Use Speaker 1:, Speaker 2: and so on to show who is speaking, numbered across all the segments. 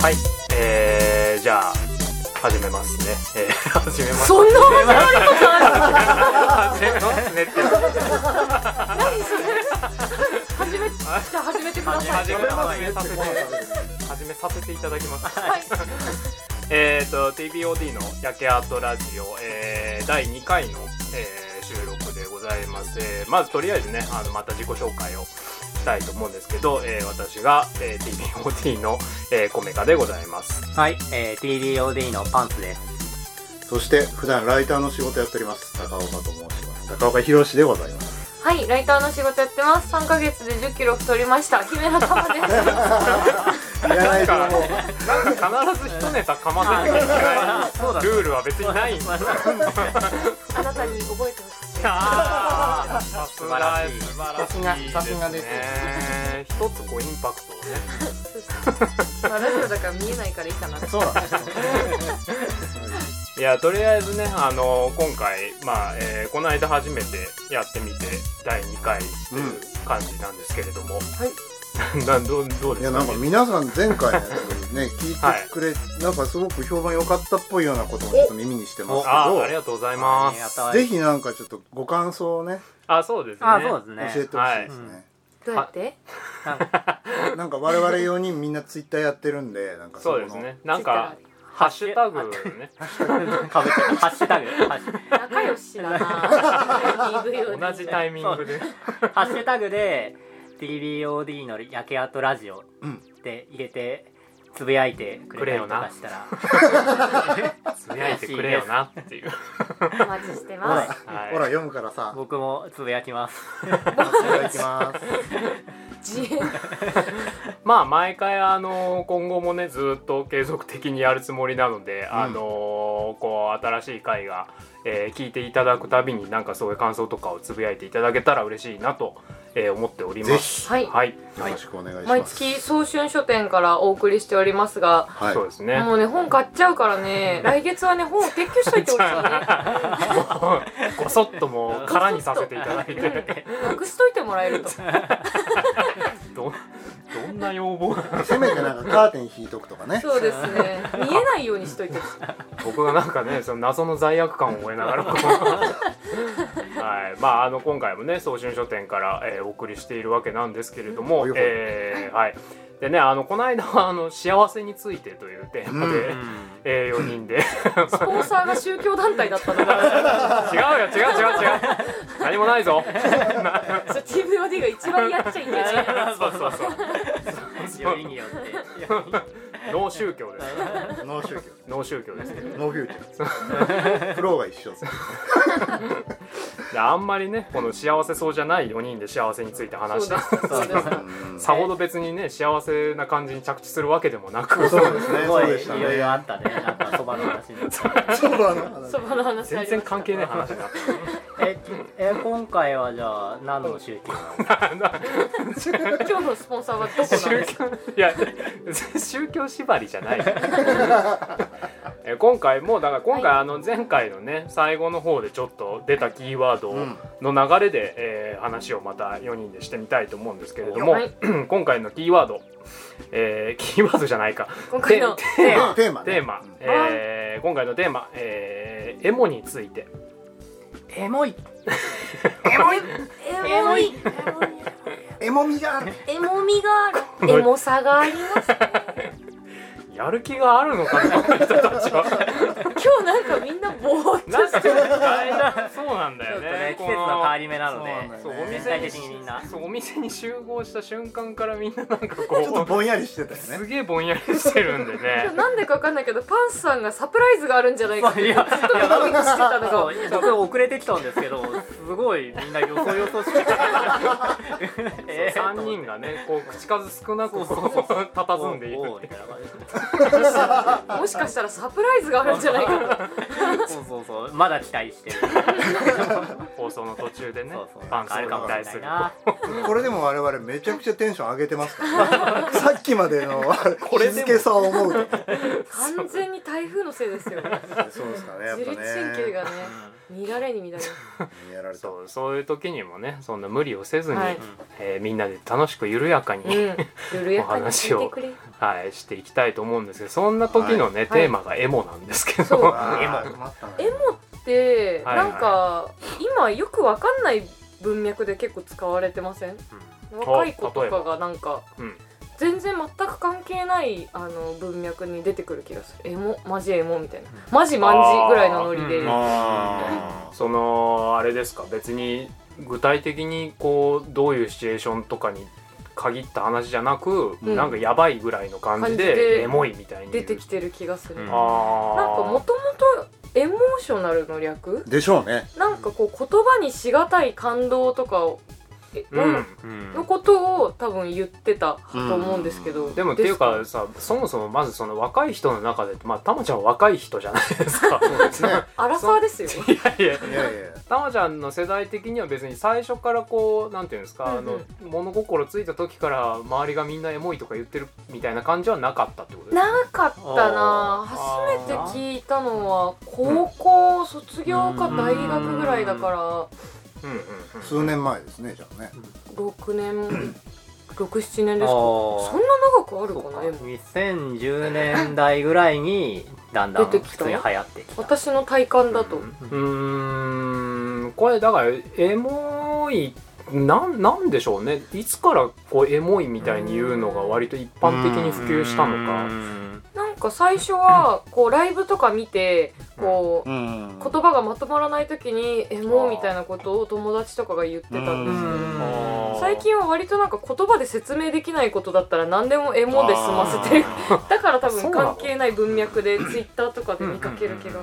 Speaker 1: はい、えー、じゃあ始めますね。えー、始めます。
Speaker 2: そんな面白いことある
Speaker 1: 始めますねって。
Speaker 2: 何それ始めじゃあ始めてください
Speaker 1: 始
Speaker 2: は
Speaker 1: めますね。始めさせていただきます。
Speaker 2: い
Speaker 1: えっと TBOD の焼け跡ラジオ、えー、第2回の、えー、収録でございます、えーまずとりあえずねあのまた自己紹介をしたいと思うんですけど、えー私が、えー、TBOD の、えー、コメカでございます
Speaker 3: はい、えー、TDOD のパンツです。
Speaker 4: そして普段ライターの仕事やっております高岡と申します高岡博でございます
Speaker 2: はいライターの仕事やってます三ヶ月で1 0キロ太りました姫の玉です
Speaker 4: いらないと思う
Speaker 1: なんか必ず一ネタかませてく
Speaker 3: そう
Speaker 1: れ
Speaker 3: だ
Speaker 1: ないルールは別にないんですよ
Speaker 2: あなたに覚えてほしい
Speaker 1: あーさすが
Speaker 3: 素晴らしい
Speaker 1: 素晴らしいですね
Speaker 4: さすがさすがです
Speaker 1: 一つこうインパクトをね
Speaker 2: まあラジオだから見えないからいいかなって
Speaker 4: そうなんですよ
Speaker 1: いやとりあえずねあの今回まあ、えーこの間初めてやってみて第2回という感じなんですけれども、 なんどうどう
Speaker 4: い
Speaker 1: です
Speaker 4: や
Speaker 1: か、
Speaker 4: なんか皆さん前回ね聞いてくれ、なんかすごく評判良かったっぽいようなこともちょっと耳にしてます
Speaker 1: あーあり
Speaker 4: け
Speaker 1: がとうございます
Speaker 4: どぜひなんかちょっとご感想をね
Speaker 1: あそうですね
Speaker 3: あ、そうですね。
Speaker 4: 教えてほしいですね、
Speaker 2: どうやって
Speaker 4: なんか我々4人みんなツイッターやってるんでなんか
Speaker 1: そうですねなんかハッシュタ グね
Speaker 3: かぶってるハッシュタグ。ハッシュ
Speaker 2: 仲良しだ な DV を
Speaker 1: 同じタイミングで
Speaker 3: ハッシュタグで、TDOD の焼け跡ラジオって入れて、つぶやいてくれたりとかしたら、
Speaker 1: つぶやいてくれよなっていう
Speaker 2: お待ちして
Speaker 4: ほら、
Speaker 2: ます
Speaker 1: はい
Speaker 4: ほら読むからさい
Speaker 3: 僕もつぶやきます。
Speaker 4: ただきます
Speaker 2: 自衛
Speaker 1: まあ毎回あの今後もねずっと継続的にやるつもりなので、あのこう新しい回が、えー聞いていただくたびになんかそういう感想とかをつぶやいていただけたら嬉しいなと、えー思っております。
Speaker 2: はい
Speaker 1: はい、
Speaker 4: よろしくお願いします
Speaker 2: 毎月早春書店からお送りしておりますが
Speaker 4: はい
Speaker 1: そうです ね。
Speaker 2: もうね本買っちゃうからね来月はね本を撤去しといてほしい ね
Speaker 1: ごそっともう空にさせていただいて、
Speaker 2: なくしといてもらえると
Speaker 1: どどんな要望？
Speaker 4: せめてなんかカーテン引いとくとかね
Speaker 2: そうですね見えないようにしといてほしい
Speaker 1: 僕がなんかね その謎の罪悪感を覚えながらこうはいまああの今回もね早春書店から、えーお送りしているわけなんですけれども、
Speaker 4: うん
Speaker 1: えーはいでねあのこの間はあの幸せについてというテーマで、え4人で違
Speaker 2: スポンサーが宗教団体だったのが
Speaker 1: うよ違う違う違う何もないぞ
Speaker 2: そう TVOD が一番やっちゃいけない
Speaker 1: そうそうそう
Speaker 3: よりによって。
Speaker 1: ノー宗教です
Speaker 4: ノー宗教
Speaker 1: ノー宗教ですけど
Speaker 4: ノーフューチャーフローが一緒です
Speaker 1: であんまりねこの幸せそうじゃない4人で幸せについて話し
Speaker 2: そう
Speaker 1: た
Speaker 2: ですそうです
Speaker 4: うん
Speaker 1: さほど別にね幸せな感じに着地するわけでもなく
Speaker 4: そうですね
Speaker 3: す
Speaker 4: そ
Speaker 3: ご
Speaker 4: うでした
Speaker 3: い、いろいろあ
Speaker 4: ね
Speaker 3: ったね。なんか、そばの話に。
Speaker 4: そうあの話
Speaker 2: そばの話
Speaker 1: 全
Speaker 2: ありま
Speaker 1: 然
Speaker 2: した
Speaker 1: 関係ない話になってる
Speaker 3: え、え、今回はじゃあ、何の集計
Speaker 2: 今日のスポンサーはどこなんですか
Speaker 1: 宗教いや宗教縛りじゃない え今回もだから今回あの前回のね最後の方でちょっと出たキーワードの流れで、えー話をまた4人でしてみたいと思うんですけれども、
Speaker 2: はい
Speaker 1: 今回のキーワード、えーキーワードじゃないか
Speaker 2: 今回の
Speaker 1: テテーマ
Speaker 4: テーマね
Speaker 1: テーマ、えー今回のテーマ、えーエモについて
Speaker 3: エモい
Speaker 2: エモいエ
Speaker 3: エ
Speaker 2: モ
Speaker 3: モ
Speaker 2: い
Speaker 3: い
Speaker 4: エモみがある
Speaker 2: エモみがあるエモさがあります
Speaker 1: やる気があるのかなこの人たちは。
Speaker 2: 今日なんかみんなぼーっ
Speaker 1: なんかねそうなんだ
Speaker 3: ちょ
Speaker 1: よ
Speaker 3: っとね
Speaker 1: ね。
Speaker 3: 季節の変わり目なの
Speaker 4: そうなんだ
Speaker 3: で
Speaker 1: そ
Speaker 4: よ
Speaker 1: うお
Speaker 3: 全
Speaker 1: 店
Speaker 3: 体
Speaker 1: に
Speaker 3: 的にみんな
Speaker 1: そうお店に集合した瞬間からみんななんか
Speaker 4: ちょっと
Speaker 1: こ
Speaker 4: ぼんやりしてた
Speaker 1: う
Speaker 4: よ
Speaker 1: す
Speaker 4: ね
Speaker 1: げえぼんやりしてるんで
Speaker 2: と
Speaker 1: ね。
Speaker 2: なんでかわかんないけどパンスさんがサプライズがあるんじゃないかって
Speaker 3: い
Speaker 2: ず
Speaker 3: や
Speaker 2: っとドキドキしてたのが
Speaker 3: そう僕遅れてきたんですけどすごいみんなよそよそしくてえー
Speaker 1: 三人がねこう口数少なくこう
Speaker 3: お
Speaker 1: 佇
Speaker 3: うん
Speaker 1: でいる。
Speaker 3: みたいな感じ
Speaker 2: もしかしたらサプライズがあるんじゃないか
Speaker 3: そうそうそうまだ期待してる
Speaker 1: 放送の途中でね
Speaker 3: そうそう
Speaker 1: 伴奏
Speaker 3: ある
Speaker 1: に
Speaker 3: かもしれ
Speaker 1: 対
Speaker 3: な
Speaker 1: す
Speaker 3: い
Speaker 1: る
Speaker 3: な
Speaker 4: これでも我々めちゃくちゃテンション上げてますから、ね、さっきまでの
Speaker 1: これで
Speaker 4: 日
Speaker 1: も
Speaker 4: 付さを思うと
Speaker 2: 完全に台風のせいですよ。
Speaker 4: そうですかねやっ
Speaker 2: 自
Speaker 4: ぱ
Speaker 2: 律神経
Speaker 4: ね
Speaker 2: がね、乱れに乱れます。
Speaker 4: やられた
Speaker 1: そうそういう時にもねそんな無理をせずに、
Speaker 2: はい
Speaker 1: えーみんなで楽しく緩やかに、
Speaker 2: うん。緩やかに聞いてくれ。
Speaker 1: はい、していきたいと思うんですけどそんな時のね、
Speaker 2: はい
Speaker 1: テーマがエモなんですけど、
Speaker 2: そう
Speaker 4: あー
Speaker 3: エモ
Speaker 4: 困ったな
Speaker 2: エモって、
Speaker 1: はい
Speaker 2: なんか今よくわかんない文脈で結構使われてません若い子とかがなんか
Speaker 1: うんうん
Speaker 2: 全然全く関係ないあの文脈に出てくる気がするエモマジエモみたいなマジマンジぐらいのノリで、
Speaker 1: うん
Speaker 4: あ
Speaker 1: そのあれですか別に具体的にこうどういうシチュエーションとかに限った話じゃなく、
Speaker 2: うん
Speaker 1: なんかやばいぐらいの感じ
Speaker 2: 感じで
Speaker 1: でエモいみたいに
Speaker 2: 出てきてる気がする、
Speaker 3: うん
Speaker 2: なん
Speaker 1: あ
Speaker 2: か
Speaker 1: ー
Speaker 2: もともとエモーショナルの略
Speaker 4: ーでしょうね
Speaker 2: なんかこう言葉にしがたい感動とかを、え
Speaker 1: うん
Speaker 3: うん
Speaker 2: のことを多分言ってたと思うんですけど、
Speaker 1: でもっていうかさそもそもまずその若い人の中でまあたまちゃんは若い人じゃないです か
Speaker 4: ね
Speaker 2: アラサーですよ
Speaker 1: いやいや
Speaker 4: いやいや
Speaker 1: たまちゃんの世代的には別に最初からこうなんていうんですか、
Speaker 2: うんうん
Speaker 1: あの物心ついた時から周りがみんなエモいとか言ってるみたいな感じはなかったってことですね
Speaker 2: なかった
Speaker 1: あ
Speaker 2: な初
Speaker 1: ー
Speaker 2: めて聞いたのは高校卒業か大学ぐらいだか
Speaker 1: うんうん
Speaker 4: 数年前ですねじゃあね
Speaker 2: ら6年67年ですか
Speaker 3: あ
Speaker 2: そん
Speaker 3: ー
Speaker 2: な長くあるかなでも
Speaker 3: 2010年代ぐらいにだんだん
Speaker 2: 出
Speaker 3: 普
Speaker 2: てきた
Speaker 3: 通に流行ってきた
Speaker 2: 私の体感だと、
Speaker 1: うんうーんこれだからエモいなんなんでしょうねいつからこうエモいみたいに言うのが割と一般的に普及したの
Speaker 3: う
Speaker 1: か
Speaker 3: ん
Speaker 2: なんか最初はこうライブとか見てこう
Speaker 4: うん
Speaker 2: 言葉がまとまらない時に「エモ」みたいなことを友達とかが言ってたんですけど
Speaker 3: うん
Speaker 1: あー
Speaker 2: 最近は割となんか言葉で説明できないことだったら何でもエモで済ませてるだから多分関係ない文脈でツイッターとかで見かける気が
Speaker 1: あ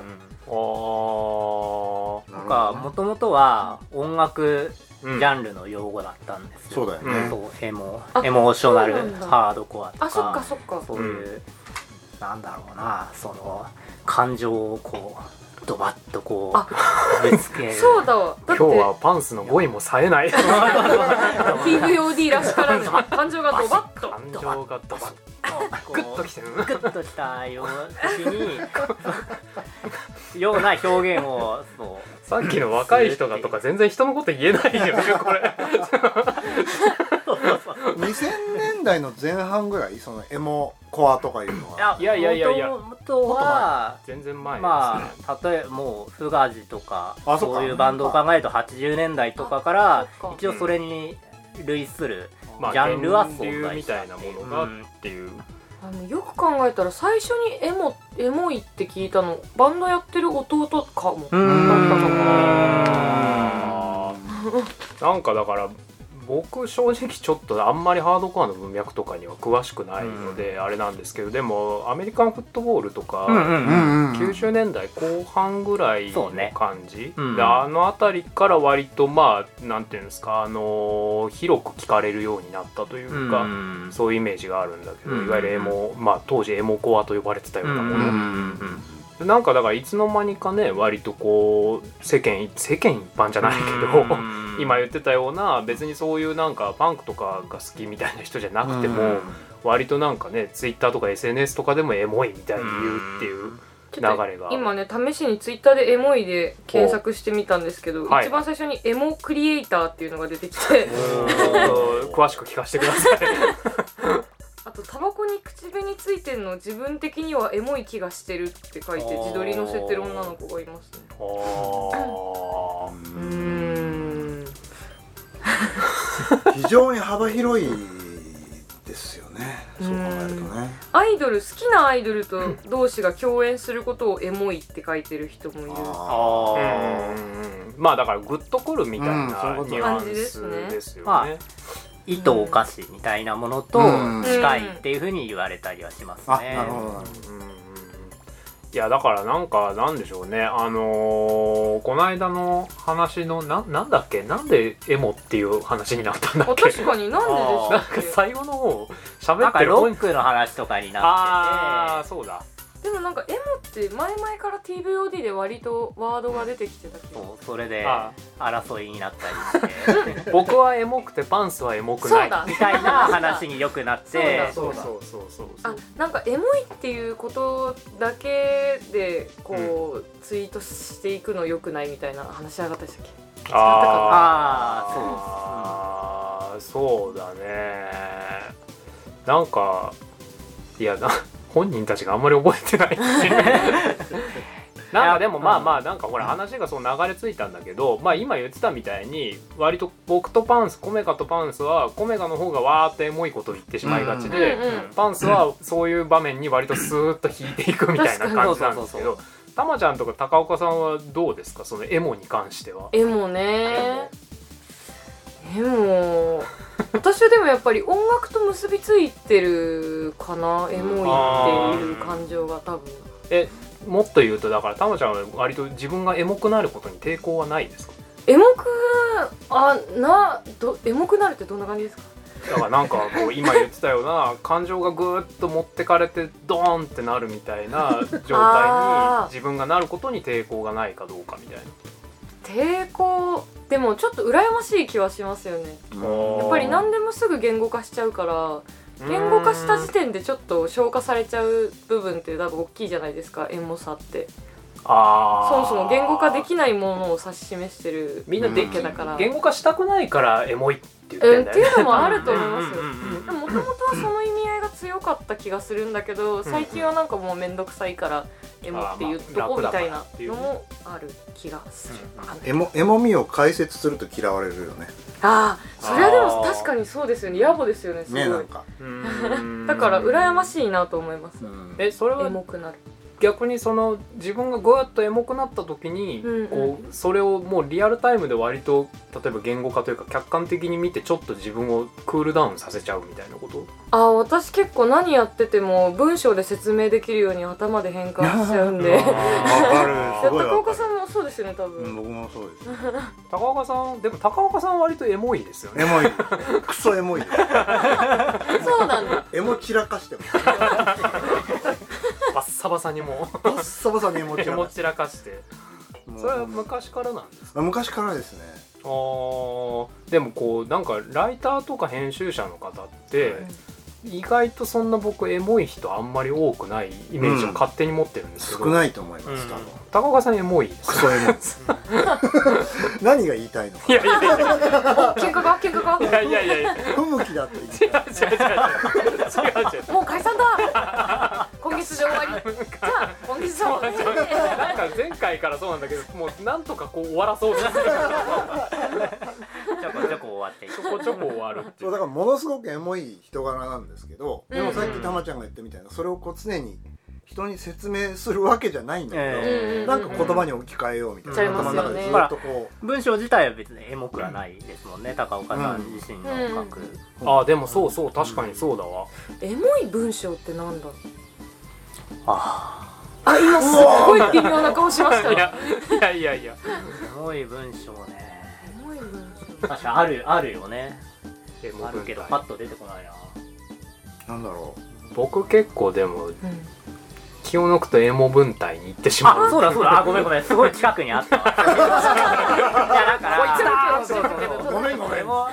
Speaker 1: ー
Speaker 4: なるほ
Speaker 3: が
Speaker 4: どね
Speaker 3: もともとは音楽ジ
Speaker 1: うん
Speaker 3: ャンルの用語だったんです
Speaker 4: そうだよね、
Speaker 1: うん
Speaker 3: そうエモ
Speaker 2: あ
Speaker 3: エモーショナル
Speaker 2: そうなんだ
Speaker 3: ハードコアとか
Speaker 2: あそっかそっか
Speaker 3: そういう、なんだろうなその感情をこうドバッとこうぶつける
Speaker 2: そうだわだ
Speaker 1: 今
Speaker 2: っ
Speaker 1: 日は
Speaker 2: て
Speaker 1: パンスの語彙も冴えない
Speaker 2: TVOD らしからぬ感情がドバッと
Speaker 1: 感情がドバッ
Speaker 3: こう
Speaker 1: グッときてる
Speaker 3: グッとしたよう時にような表現をそ
Speaker 1: さっきの若い人がとか全然人のこと言えないよねこれ
Speaker 4: 2000年代の前半ぐらいそのエモコアとかいうの
Speaker 3: う
Speaker 4: はい
Speaker 1: やいやいやいや
Speaker 3: もとは
Speaker 1: 全然前ですね、
Speaker 3: まあ例えばもうフガジとか
Speaker 4: あそっか
Speaker 3: そういうバンドを考えると80年代とかから
Speaker 2: そっか
Speaker 3: 一応それに類する
Speaker 1: まあ
Speaker 3: ジャンルは
Speaker 1: 源流
Speaker 3: 存在
Speaker 1: み
Speaker 3: した
Speaker 1: た
Speaker 3: っ
Speaker 1: い
Speaker 3: て
Speaker 1: なも
Speaker 3: いう
Speaker 1: のがっていう、
Speaker 2: あのよく考えたら最初にエモエモいって聞いたのバンドやってる弟かも
Speaker 3: うん
Speaker 1: なんかだから僕正直ちょっとあんまりハードコアの文脈とかには詳しくないのであれなんですけど、でもアメリカンフットボールとか、
Speaker 3: うんう
Speaker 4: うん
Speaker 3: うん
Speaker 4: んうん
Speaker 1: 90年代後半ぐらいの
Speaker 3: そうね
Speaker 1: 感じ、
Speaker 3: うん
Speaker 1: であの辺りから割とまあなんていうんですか、あのー広く聞かれるようになったというか、
Speaker 3: うん
Speaker 1: そういうイメージがあるんだけど、
Speaker 3: うん
Speaker 1: いわゆるエモ、まあ、当時エモコアと呼ばれてたようなもの、
Speaker 3: うん
Speaker 1: でなんかだからいつの間にかね割とこう世間世間一般じゃないけど、 今言ってたような別にそういうなんかパンクとかが好きみたいな人じゃなくても、
Speaker 4: うん
Speaker 1: 割となんかねツイッターとか SNS とかでもエモいみたいに言うっていう流れが、
Speaker 2: 今ね試しにツイッターでエモいで検索してみたんですけど、
Speaker 1: はい
Speaker 2: 一番最初にエモクリエイターっていうのが出て きて
Speaker 1: うん詳しく聞かせてくだ さい
Speaker 2: あとタバコに口紅ついてんの自分的にはエモい気がしてるって書いて
Speaker 3: あー
Speaker 2: 自撮り載せてる女の子がいますね
Speaker 1: あー
Speaker 2: うーん
Speaker 4: 非常に幅広いですよねそう考えるとね
Speaker 2: アイドル好きなアイドルと同士が共演することをエモいって書いてる人もいる
Speaker 4: あ
Speaker 1: う
Speaker 3: あ
Speaker 1: ん
Speaker 3: あ
Speaker 1: まあだからグッとくるみたいな
Speaker 4: うんそういうこと
Speaker 1: ニュアンスですよ
Speaker 3: ま
Speaker 1: ね。
Speaker 3: 意図お菓子みたいなものと
Speaker 4: うん
Speaker 3: 近いっていうふうに言われたりはします
Speaker 4: あ
Speaker 3: ね
Speaker 4: なるほどなるほ
Speaker 1: うんうんうんいやだからなんかなんでしょうねあのーこの間の話のななんだっけなんでエモっていう話になったんだ
Speaker 2: あ
Speaker 1: っけ
Speaker 2: 確かになんで
Speaker 1: なん
Speaker 2: で
Speaker 1: か
Speaker 2: したっ
Speaker 1: 最後の方喋
Speaker 3: なん
Speaker 1: っ
Speaker 3: か
Speaker 1: てる
Speaker 3: ロ
Speaker 1: 本
Speaker 3: ックの話とかになってて
Speaker 1: ああそうだ
Speaker 2: でもなんかエモって前々から TVOD で割とワードが出てきてたけど
Speaker 3: そうそれで
Speaker 1: あ
Speaker 3: 争いになったりして
Speaker 1: 僕はエモくてパンスはエモくな
Speaker 2: そう
Speaker 1: い
Speaker 2: だ
Speaker 3: みたいな話によくなっ
Speaker 2: そう
Speaker 3: て
Speaker 2: だ
Speaker 1: そうそうそうそうそ
Speaker 2: あ
Speaker 1: う
Speaker 2: なんかエモいっていうことだけでこう、ツイートしていくのよくないみたいな話し上がったでしたっけ
Speaker 1: ああーそうだねなんかいやな本人たちがあんまり覚えてない なんかでもまあまあなんかほら話がそう流れ着いたんだけどまあ今言ってたみたいに割と僕とパンスコメカとパンスはコメカの方がわーってエモいことを言ってしまいがちで
Speaker 2: うんうん
Speaker 1: パンスはそういう場面に割とスーッと引いていくみたいな感じなんですけどたまちゃんとか高岡さんはどうですかそのエモに関しては。
Speaker 2: エモねエモ私はでもやっぱり音楽と結びついてるかなエモいっていう感情が多分
Speaker 1: えもっと言うとだからたまちゃんは割と自分がエモくなることに抵抗はないですか
Speaker 2: エモくあなどエモくなるってどんな感じですか
Speaker 1: だからなんかこう今言ってたような感情がぐーっと持ってかれてドーンってなるみたいな状態に
Speaker 2: あー
Speaker 1: 自分がなることに抵抗がないかどうかみたいな
Speaker 2: 抵抗でもちょっと羨ましい気はしますよねやっぱり何でもすぐ言語化しちゃうから言語化した時点でちょっと消化されちゃう部分って多分大きいじゃないですかエモさって
Speaker 1: あー
Speaker 2: そもそも言語化できないものを指し示してる
Speaker 1: みんなでき
Speaker 2: だから
Speaker 1: 言語化したくないからエモいって言っ
Speaker 2: う
Speaker 1: て
Speaker 2: ん
Speaker 1: ん
Speaker 2: っ
Speaker 1: だ
Speaker 2: て
Speaker 1: よね
Speaker 2: いうのもあると思いますよ
Speaker 1: うんうんうん
Speaker 2: でももともとはその意味合いが強かった気がするんだけど最近はなんかもう面倒くさいからエモって言っとこうみたいなのもある気がする
Speaker 1: うん
Speaker 2: わかんない
Speaker 4: エモエモみを解説すると嫌われるよね
Speaker 2: ああそれはでも
Speaker 1: あー
Speaker 2: 確かにそうですよね野暮ですよねすご
Speaker 4: ねなん
Speaker 2: い
Speaker 4: か、
Speaker 1: うん
Speaker 2: だから羨ましいなと思います
Speaker 4: うん
Speaker 1: えそれ
Speaker 2: エ
Speaker 1: は
Speaker 2: モくなる
Speaker 1: 逆にその自分がぐわっとエモくなった時に、
Speaker 2: うんうん
Speaker 1: こうそれをもうリアルタイムで割と例えば言語化というか客観的に見てちょっと自分をクールダウンさせちゃうみたいなこと
Speaker 2: あー私結構何やってても文章で説明できるように頭で変換しちゃうんで
Speaker 4: わかるすごいわ
Speaker 2: 高
Speaker 4: かる
Speaker 2: 岡さんもそうですよね多
Speaker 4: うん
Speaker 2: 分
Speaker 4: 僕もそうです
Speaker 1: 高岡さんでも高岡さんは割とエモいですよね
Speaker 4: エモい クソエモいよ
Speaker 2: そうなんだ
Speaker 4: エモ散らかしてます
Speaker 1: バッサバサにも
Speaker 4: バッサバサにエモ
Speaker 1: う
Speaker 4: 散
Speaker 1: 手
Speaker 4: ら
Speaker 1: 持
Speaker 4: か
Speaker 1: ち散らかして
Speaker 4: もう
Speaker 1: それは昔からなんですか
Speaker 4: 昔からですね
Speaker 1: あーでもこうなんかライターとか編集者の方って、
Speaker 4: はい
Speaker 1: 意外とそんな僕エモい人あんまり多くないイメージを勝手に持ってるんですけど、
Speaker 4: 少ないと思いま
Speaker 1: うん
Speaker 4: す多分
Speaker 1: 高岡さんエモいです
Speaker 4: クソエモ い何が言いたいのか
Speaker 1: いやいやいや
Speaker 2: 喧嘩か喧嘩か
Speaker 1: いやいやいやいや違う違う違う違う違う
Speaker 4: 不向きだって言って
Speaker 2: もう解散だ 今月で終わりじゃあ今月で終わり
Speaker 1: なんか前回からそうなんだけどもうなんとかこう終わらそうです
Speaker 3: ちょこちょこ終わっていく
Speaker 1: ちょこちょこ終わるってい
Speaker 4: そう
Speaker 1: う
Speaker 4: だからものすごくエモい人柄なんですけど、
Speaker 2: うん
Speaker 4: でもさっきたまちゃんが言ったみたいなそれをこう常に人に説明するわけじゃないんだけど、
Speaker 3: え
Speaker 2: え
Speaker 4: なんか言葉に置き換えようみたいな、
Speaker 1: うん
Speaker 4: 頭の中でずっとこ
Speaker 3: 文章自体は別にエモくはないですもんね、高岡さん自身の書く、
Speaker 1: ああでもそうそう確かにそうだわ
Speaker 2: エモい文章ってなんだ
Speaker 3: あ
Speaker 2: あ今すっごい微妙な顔しました
Speaker 1: い
Speaker 2: エ
Speaker 1: やいやいやいや
Speaker 3: あエモい文章ね
Speaker 2: モい文章
Speaker 3: 確かにあるあるよね
Speaker 1: でも
Speaker 3: あるけどパッと出てこないな
Speaker 4: うなんだろ
Speaker 1: 僕結構でも
Speaker 2: うん
Speaker 1: 気を抜くとエモ文体に行ってしま
Speaker 3: あ
Speaker 1: う
Speaker 3: そうだそうだあごめんごめんすごい近くにあったわいやだから
Speaker 2: こいつだー
Speaker 3: そうそうそう
Speaker 4: ごめんごめん
Speaker 3: エモ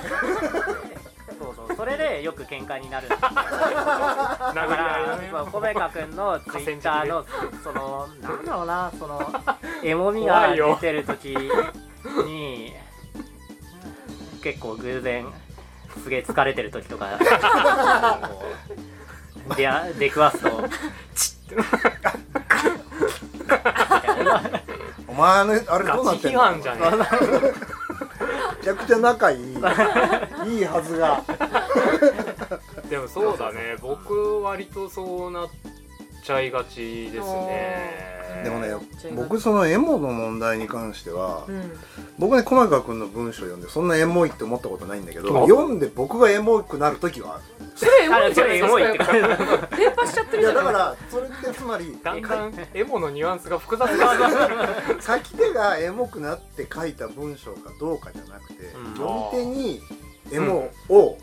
Speaker 3: そうそうそれでよく喧嘩になるんだ
Speaker 1: だか
Speaker 3: だからコメカ君のツイッターのそのなんだろうなそのエモみが出てる時に結構偶然すげえ疲れてる時とかこう出会出くわすと
Speaker 4: うお前あれあれどう
Speaker 1: ガ
Speaker 4: なっ
Speaker 1: チ
Speaker 4: て
Speaker 1: 批
Speaker 4: んの
Speaker 1: 判じゃねえ
Speaker 4: めちゃくちゃ仲いいいいはずが
Speaker 1: でもそうだね僕割とそうなっちゃいがちですね
Speaker 4: でもね僕そのエモの問題に関しては、
Speaker 2: うん
Speaker 4: 僕ね駒川君の文章読んでそんなエモいって思ったことないんだけ
Speaker 1: あ
Speaker 4: ど読んで僕がエモくなる時はある
Speaker 2: それエモ
Speaker 3: あ
Speaker 2: いじ
Speaker 3: そ
Speaker 2: ゃない
Speaker 3: れ
Speaker 2: で
Speaker 3: エ
Speaker 2: すか
Speaker 3: モいって
Speaker 2: やっぱ
Speaker 3: 感じ
Speaker 2: 伝播しちゃってる
Speaker 4: い
Speaker 2: じ
Speaker 4: や
Speaker 2: ゃな
Speaker 4: だ
Speaker 2: い
Speaker 4: からそれってつまり
Speaker 1: だんだんエモのニュアンスが複雑になる
Speaker 4: 書き手がエモくなって書いた文章かどうかじゃなくて、
Speaker 3: うん
Speaker 4: 読み手にエモをこ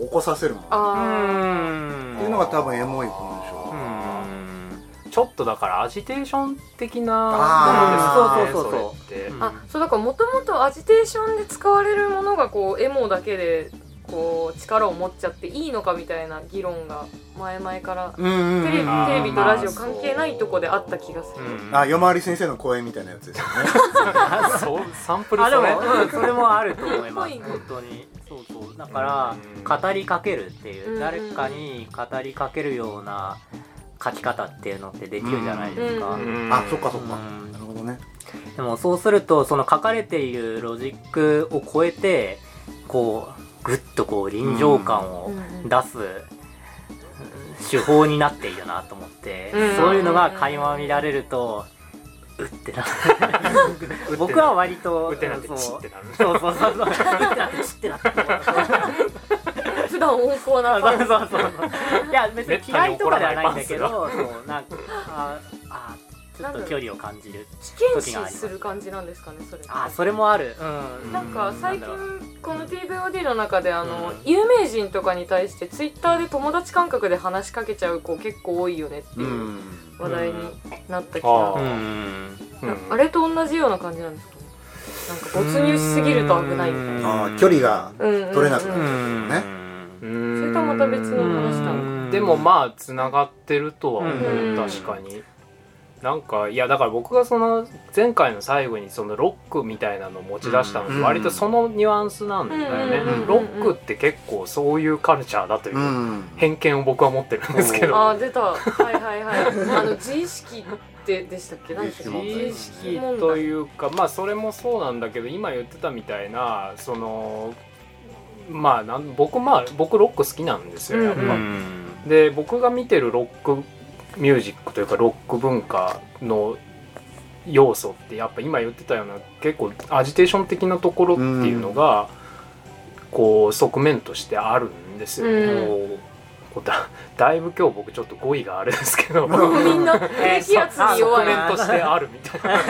Speaker 4: う起こさせるもの、
Speaker 2: あ
Speaker 4: っていうのが多分エモい文
Speaker 3: う
Speaker 4: 章、
Speaker 3: ん
Speaker 1: ちょっとだからアジテーション的な
Speaker 4: あ
Speaker 1: もので
Speaker 3: ー
Speaker 1: すね
Speaker 3: そうそうそうそう
Speaker 1: れって
Speaker 3: うん
Speaker 2: あそうだからもともとアジテーションで使われるものがこうエモだけでこう力を持っちゃっていいのかみたいな議論が前々から
Speaker 4: うんうんうん
Speaker 2: テレビ
Speaker 4: うん
Speaker 1: あー
Speaker 2: テレビとラジオ関係ないとこであった気がする
Speaker 1: うん
Speaker 4: あ夜回り先生の声みたいなやつですよね
Speaker 1: あそうサンプル
Speaker 3: あで
Speaker 1: それ
Speaker 3: も、うん、それもあると思います
Speaker 2: ぽいね
Speaker 3: 本当にそうそうだか
Speaker 1: うん
Speaker 3: ら語りかけるっていううん誰かに語りかけるような書き方っていうのってできるじゃないですか
Speaker 2: うん
Speaker 1: うん
Speaker 4: あそっかそっか
Speaker 3: うん
Speaker 4: なるほどね
Speaker 3: でもそうするとその書かれているロジックを超えてこうグッとこう臨場感を出す手法になっているなと思って
Speaker 2: うん
Speaker 3: そういうのが垣間見られるとうってなる僕は割と
Speaker 1: 打てなくて
Speaker 3: そう
Speaker 1: チ
Speaker 3: そ
Speaker 1: ッ
Speaker 3: う
Speaker 1: てなる
Speaker 3: そうそうそううってなって知ってなって
Speaker 2: 普段温厚な
Speaker 3: そう
Speaker 2: 感
Speaker 3: そうそうそういや別に嫌いとかではないんだけど
Speaker 1: め
Speaker 3: そうなんかああちょっと距離を感じる
Speaker 2: じ危険視する感じなんですかねそれ
Speaker 3: あそれもあるうん
Speaker 2: なんか最近
Speaker 3: なんだろう
Speaker 2: この TVOD の中であの、
Speaker 3: うん
Speaker 2: 有名人とかに対してツイッターで友達感覚で話しかけちゃう子結構多いよねって
Speaker 4: う
Speaker 2: いうん話題になった気
Speaker 1: う
Speaker 2: が、
Speaker 3: うん
Speaker 2: なあれと同じような感じなんですかねなんか没入しすぎると危ないみたいな
Speaker 4: あー距離が
Speaker 2: うんうんうん
Speaker 4: 取れなく
Speaker 3: う
Speaker 4: なる
Speaker 3: ん
Speaker 4: ね
Speaker 1: そ
Speaker 2: それとはまた別の話なの
Speaker 1: でもまあつながってるとは思う、
Speaker 2: うん
Speaker 1: 確かになんかいやだから僕がその前回の最後にそのロックみたいなのを持ち出したのって
Speaker 4: うん
Speaker 1: 割とそのニュアンスなんだよね、
Speaker 2: うん
Speaker 4: うん
Speaker 1: ロックって結構そういうカルチャーだというう、
Speaker 4: ん
Speaker 1: 偏見を僕は持ってるんですけど
Speaker 2: あー出たはいはいはいあの自意識ってでしたっけ何でしたっけ
Speaker 4: 自
Speaker 1: 意識というかまあそれもそうなんだけど今言ってたみたいなそのまあなん僕まあ僕ロック好きなんですよやっぱ、
Speaker 2: うん
Speaker 1: で僕が見てるロックミュージックというかロック文化の要素ってやっぱ今言ってたような結構アジテーション的なところっていうのが、こう側面としてあるんですよね。
Speaker 2: うん
Speaker 1: こうこうだだいぶ今日僕ちょっと語彙があれですけど
Speaker 2: もうみんな低気圧に
Speaker 1: 側
Speaker 2: 弱い
Speaker 1: 面としてあるみたいな。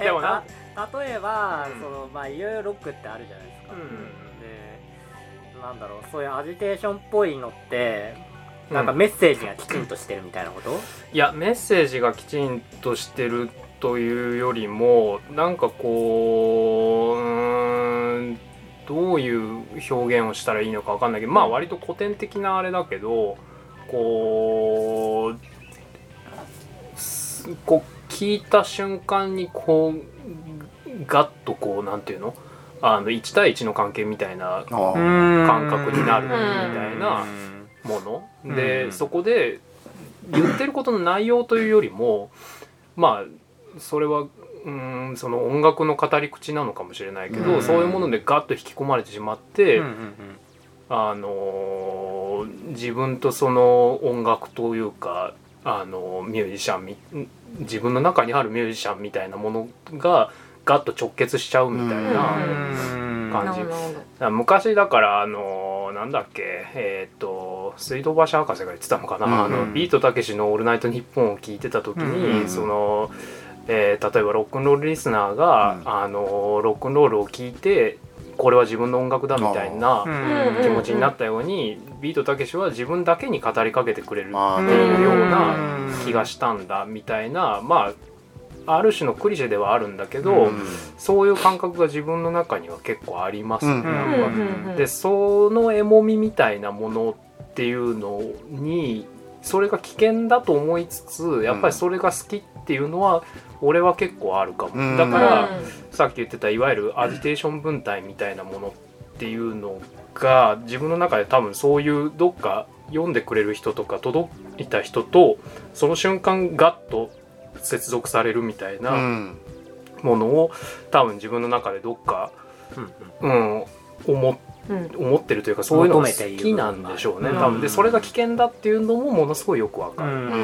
Speaker 3: え
Speaker 1: でもな
Speaker 3: た例えば、
Speaker 1: うん
Speaker 3: そのまあいろいろロックってあるじゃないですか、
Speaker 1: うん
Speaker 3: でなんだろうそういうアジテーションっぽいのってなんかメッセージがきちんとしてるみたいなこと、
Speaker 1: いやメッセージがきちんとしてるというよりもなんかこううーんどういう表現をしたらいいのかわかんないけどまあ割と古典的なあれだけどこうすこう聞いた瞬間にこうガッとこうなんていうのあの1対1の関係みたいな
Speaker 4: あー
Speaker 1: 感覚になるみ
Speaker 2: た
Speaker 1: いなもの、で、
Speaker 3: うん
Speaker 1: そこで言ってることの内容というよりもまあそれはうーんその音楽の語り口なのかもしれないけど、
Speaker 3: うん
Speaker 1: そういうものでガッと引き込まれてしまって、
Speaker 3: うんうん
Speaker 1: あのー自分とその音楽というか、あのーミュージシャンみ自分の中にあるミュージシャンみたいなものがガッと直結しちゃうみたいな。
Speaker 2: うん
Speaker 3: うん
Speaker 1: 感
Speaker 2: な
Speaker 1: じ
Speaker 2: るほどなるほど
Speaker 1: だから昔だからあのなんだっけえーっ、と水道橋博士が言ってたのかな、
Speaker 4: うん
Speaker 1: あのビートたけしの「オールナイトニッポン」を聞いてた時に、
Speaker 4: うん
Speaker 1: その、えー例えばロックンロールリスナーが、
Speaker 4: うん
Speaker 1: あのロックンロールを聞いてこれは自分の音楽だみたいな
Speaker 2: うん
Speaker 1: 気持ちになったように、ビートたけしは自分だけに語りかけてくれる
Speaker 4: あ
Speaker 1: って
Speaker 4: ー
Speaker 1: いうような
Speaker 3: うん
Speaker 1: 気がしたんだみたいなまあある種のクリシェではあるんだけど、
Speaker 4: うん
Speaker 1: そういう感覚が自分の中には結構ありますね、
Speaker 4: うん
Speaker 1: なん
Speaker 2: うん
Speaker 1: か
Speaker 2: うんうん
Speaker 1: でそのエモみみたいなものっていうのにそれが危険だと思いつつやっぱりそれが好きっていうのは俺は結構あるかも、
Speaker 4: うん
Speaker 1: だか
Speaker 2: う
Speaker 1: ら
Speaker 2: ん
Speaker 1: さっき言ってたいわゆるアジテーション分体みたいなものっていうのが自分の中で多分そういうどっか読んでくれる人とか届いた人とその瞬間ガッと接続されるみたいな
Speaker 4: うん
Speaker 1: ものを多分自分の中でどっか、
Speaker 3: うんうん
Speaker 1: うん、思っ
Speaker 2: うん
Speaker 1: 思ってるというかそういうのが
Speaker 3: 求めてい
Speaker 1: 好
Speaker 3: る
Speaker 1: きなんでしょうね
Speaker 3: うん
Speaker 1: 多分でそれが危険だっていうのもものすごいよくわかる、
Speaker 4: う
Speaker 2: うん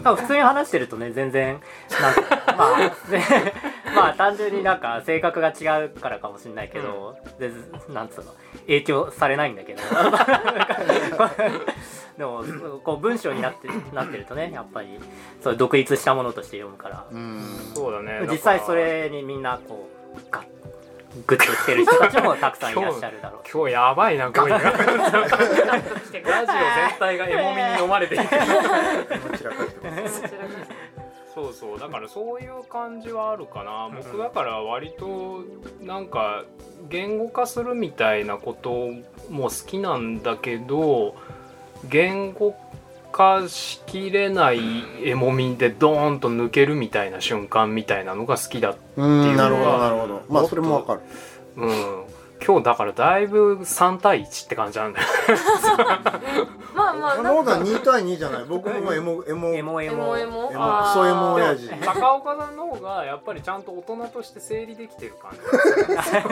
Speaker 4: ん
Speaker 3: 多分普通に話してるとね全然なんかまあ、ね、まあ単純になんか性格が違うからかもしれないけど、全然なんつうの影響されないんだけどでもこう文章になってなってるとねやっぱりそう独立したものとして読むから
Speaker 4: うん
Speaker 1: そうだね
Speaker 3: 実際
Speaker 1: だから
Speaker 3: それにみんなこうガッグッとしてる人たちもたくさんいらっしゃるだろう
Speaker 1: 今日やばいな声がラ ジオ全体がエモみに飲まれていて
Speaker 4: どちらかってます
Speaker 1: そうそうだからそういう感じはあるかな僕だから割となんか言語化するみたいなことも好きなんだけど言語化しきれないエモみでドーンと抜けるみたいな瞬間みたいなのが好きだ
Speaker 4: うんなるほどなるほどまあそれもわかる
Speaker 1: うん今日だからだいぶ3対1って感じなんだよ
Speaker 2: まあまあ
Speaker 4: こ
Speaker 2: な
Speaker 4: の
Speaker 2: ん
Speaker 4: 方
Speaker 2: か
Speaker 4: が2対2じゃない僕もエモエモ
Speaker 3: エモエ
Speaker 2: エ
Speaker 3: モ
Speaker 2: モエモ
Speaker 4: エモ
Speaker 2: あー
Speaker 4: クソエモ親父
Speaker 1: 高岡さんの方がやっぱりちゃんと大人として整理できてる感じ
Speaker 2: ちょっと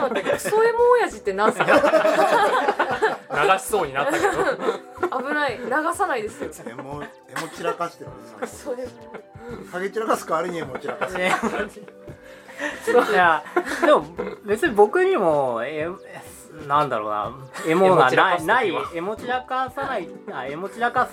Speaker 2: 待ってクソエモ親父って何すか
Speaker 1: 流しそうになったけ ど
Speaker 2: 危ない流さないですよ
Speaker 4: エモエモ散らかしてるお
Speaker 2: ク
Speaker 4: じさ
Speaker 2: ソエモ
Speaker 4: んハゲ散らかす代わりにエモ散らかす
Speaker 3: ねいやでも別に僕にもえなんだろうなエモがないないエモ散らかさないあエモ散らか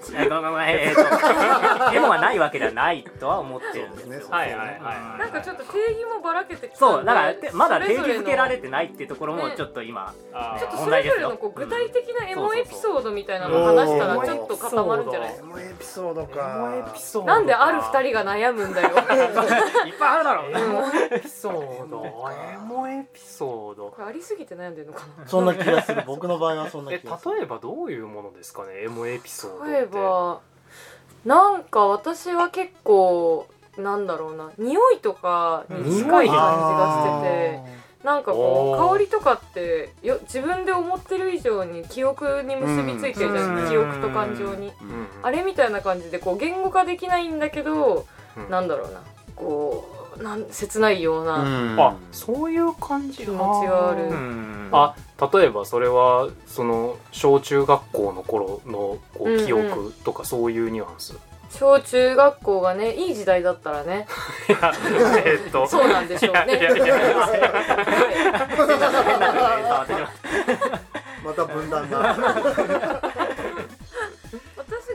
Speaker 3: すえごめんごめんえーとエモがないわけではないとは思ってるんです
Speaker 4: そう
Speaker 3: よ
Speaker 4: ですね
Speaker 1: はいはいはいはい
Speaker 2: なんかちょっと定義もばらけてきたんで
Speaker 3: そうだからてまだ定義
Speaker 2: それぞ
Speaker 3: づけられてないっていうところもちょっと今
Speaker 1: あー
Speaker 2: ちょっとそれぞれのこう具体的なエモエピソードみたいなのを
Speaker 4: うん
Speaker 2: 話したらちょっと固まるんじゃないです
Speaker 4: エ
Speaker 2: か
Speaker 4: モエピソード
Speaker 1: エモ
Speaker 4: か
Speaker 1: エピソード
Speaker 2: なんである二人が悩むん だよ
Speaker 3: いっぱいあるだろう
Speaker 1: エモエピソードエモエピソード
Speaker 2: これありすぎて悩んでるのかな
Speaker 4: そんな気がする僕の場合はそんな
Speaker 1: え
Speaker 4: 気がする
Speaker 1: 例えばどういうものですかねエモエピソードって
Speaker 2: 例えばなんか私は結構なんだろうな匂いとかに近い感じがしててなんかこ
Speaker 1: おー
Speaker 2: う香りとかってよ自分で思ってる以上に記憶に結びついてるじゃ
Speaker 1: うん
Speaker 2: ん記憶と感情に
Speaker 1: うんうん
Speaker 2: あれみたいな感じでこう言語化できないんだけど、
Speaker 1: うん
Speaker 2: なんだろうなこうなん切ないような
Speaker 1: あ そういう感じ
Speaker 2: 気持ちがある
Speaker 3: ん
Speaker 1: あ例えばそれはその小中学校の頃のこ
Speaker 2: うんう
Speaker 1: うん記憶とかそういうニュアンス、
Speaker 2: 小中学校がねいい時代だったらね
Speaker 1: いやえーっと
Speaker 2: そうなんでしょうね。
Speaker 1: いやいやいや
Speaker 2: は
Speaker 3: 変なこと言うと私は
Speaker 4: また分断だ
Speaker 2: い私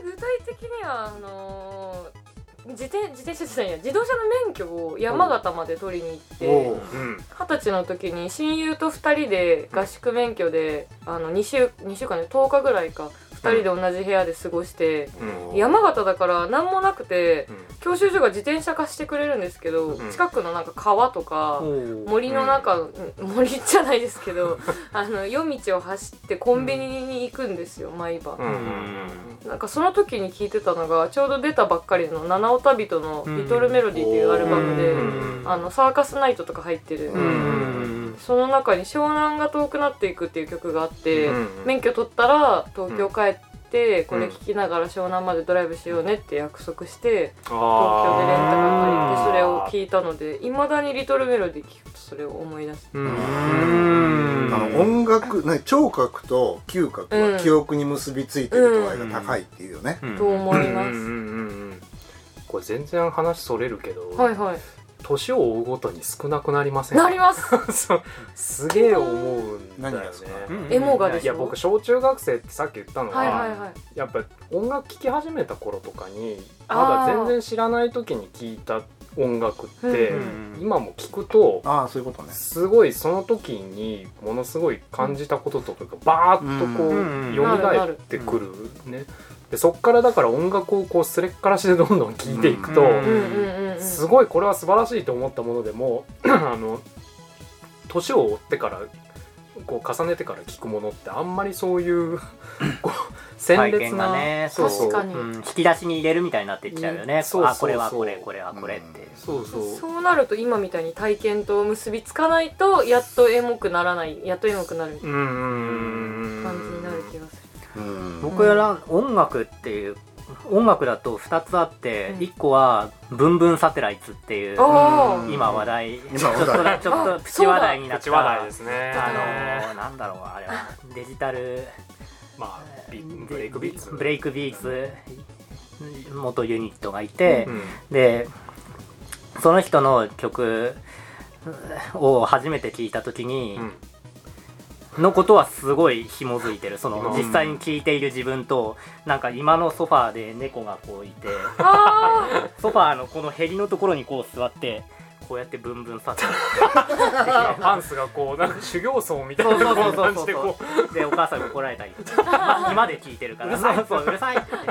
Speaker 2: 具体的にはあのー自転自転車じゃないや自動車の免許を山形まで取りに行って
Speaker 4: お
Speaker 1: うん
Speaker 2: 二十歳の時に親友と二人で合宿免許であの2週二週間で10日ぐらいか二人で同じ部屋で過ごして、
Speaker 1: うん
Speaker 2: 山形だから何もなくて
Speaker 1: うん
Speaker 2: 教習所が自転車貸してくれるんですけど、
Speaker 1: うん
Speaker 2: 近くのなんか川とか。
Speaker 3: も
Speaker 2: 森の中、森じゃないですけどあの夜道を走ってコンビニに行くんですよ毎晩、
Speaker 1: うんうん
Speaker 2: なんかその時に聴いてたのがちょうど出たばっかりの「七尾旅人」の「リトルメロディー」っていうアルバムで、
Speaker 1: うん
Speaker 2: あのサーカスナイトとか入ってる、
Speaker 1: うんうん
Speaker 2: その中に「湘南が遠くなっていく」っていう曲があって、
Speaker 1: うん
Speaker 2: 免許取ったら東京帰って。これ聞きながら湘南までドライブしようねって約束して
Speaker 1: 東
Speaker 2: 東京でレンタカー借りてそれ
Speaker 1: 聞
Speaker 2: を
Speaker 1: い
Speaker 2: 聞いたのでいまだに「リトルメロディー」聞くとそれを思い出す
Speaker 1: うん
Speaker 4: あの音楽ね聴覚と嗅覚
Speaker 2: う
Speaker 4: は
Speaker 2: ん
Speaker 4: 記憶に結びついてる度合いが高いっていうよね、
Speaker 2: と思いま
Speaker 1: うん
Speaker 2: す。
Speaker 1: うんうんうんこれ全然話それるけど、
Speaker 2: はいはい。
Speaker 1: 年を追うごとに少なくなりません
Speaker 2: なります。
Speaker 1: そうすげえ思うんだよ
Speaker 4: 何
Speaker 1: ね
Speaker 4: がですか
Speaker 2: エモがで
Speaker 1: い
Speaker 2: す
Speaker 1: や僕小中学生ってさっき言ったのは、
Speaker 2: はいはいはい。
Speaker 1: やっぱ音楽聴き始めた頃とかにま
Speaker 2: あー
Speaker 1: だ全然知らない時に聴いた音楽って、
Speaker 2: うん
Speaker 3: うん
Speaker 1: 今も聴くと
Speaker 4: ああそういうことね
Speaker 1: すごいその時にものすごい感じたこととかがバーッとこう
Speaker 3: うん
Speaker 1: 蘇ってくるね。でそっからだから音楽をこうすれっからしでどんどん聴いていくと、
Speaker 3: うん
Speaker 2: うんうんうん。
Speaker 1: すごいこれは素晴らしいと思ったものでも あの年を追ってからこう重ねてから聞くものってあんまりそういうこう鮮
Speaker 3: 体
Speaker 1: 烈
Speaker 3: 験
Speaker 1: な、
Speaker 3: がね
Speaker 1: そうそう
Speaker 2: 確かに
Speaker 3: うん引き出しに入れるみたいになっていっちゃうよね、
Speaker 1: そうそうそう
Speaker 3: あこれはこれこれはこれって、
Speaker 1: そうそう
Speaker 2: そうなると今みたいに体験と結びつかないとやっとエモくならないやっとエモくなるみた
Speaker 1: うんうん
Speaker 2: いな感じになる気がす
Speaker 4: うん
Speaker 3: 僕ら音楽っていう音楽だと2つあって、
Speaker 2: うん
Speaker 3: 1個は「ブンブンサテライツ」っていう
Speaker 2: る。あ
Speaker 4: うん
Speaker 3: 今話題ち
Speaker 4: 今
Speaker 3: ょっ
Speaker 4: 話
Speaker 3: と
Speaker 4: 題
Speaker 3: だちょっとプチ話題になっ
Speaker 1: 口
Speaker 3: た
Speaker 1: 話題ですね
Speaker 3: あの
Speaker 1: あ
Speaker 3: ーなんだろうあれはデジタル
Speaker 1: のまあビブレイクビーツ
Speaker 3: ブレイクビーツ元ユニットがいて、
Speaker 1: うん
Speaker 3: でその人の曲を初めて聞いた時に、
Speaker 1: うん
Speaker 3: のことはすごい紐づいてるその
Speaker 1: うん
Speaker 3: 実際に聴いている自分となんか今のソファーで猫がこういて
Speaker 2: あ。ああ。
Speaker 3: ソファーのこのへりのところにこう座ってこうやってブンブン刺す
Speaker 1: パンスがこうなんか修行僧みたい
Speaker 3: そうそ
Speaker 1: な
Speaker 3: うそうそ
Speaker 1: 感
Speaker 3: うそ
Speaker 1: じで
Speaker 3: う
Speaker 1: こう
Speaker 3: でお母さんに怒られたりとかま今で聞いてるからうるさいそううるさいって言って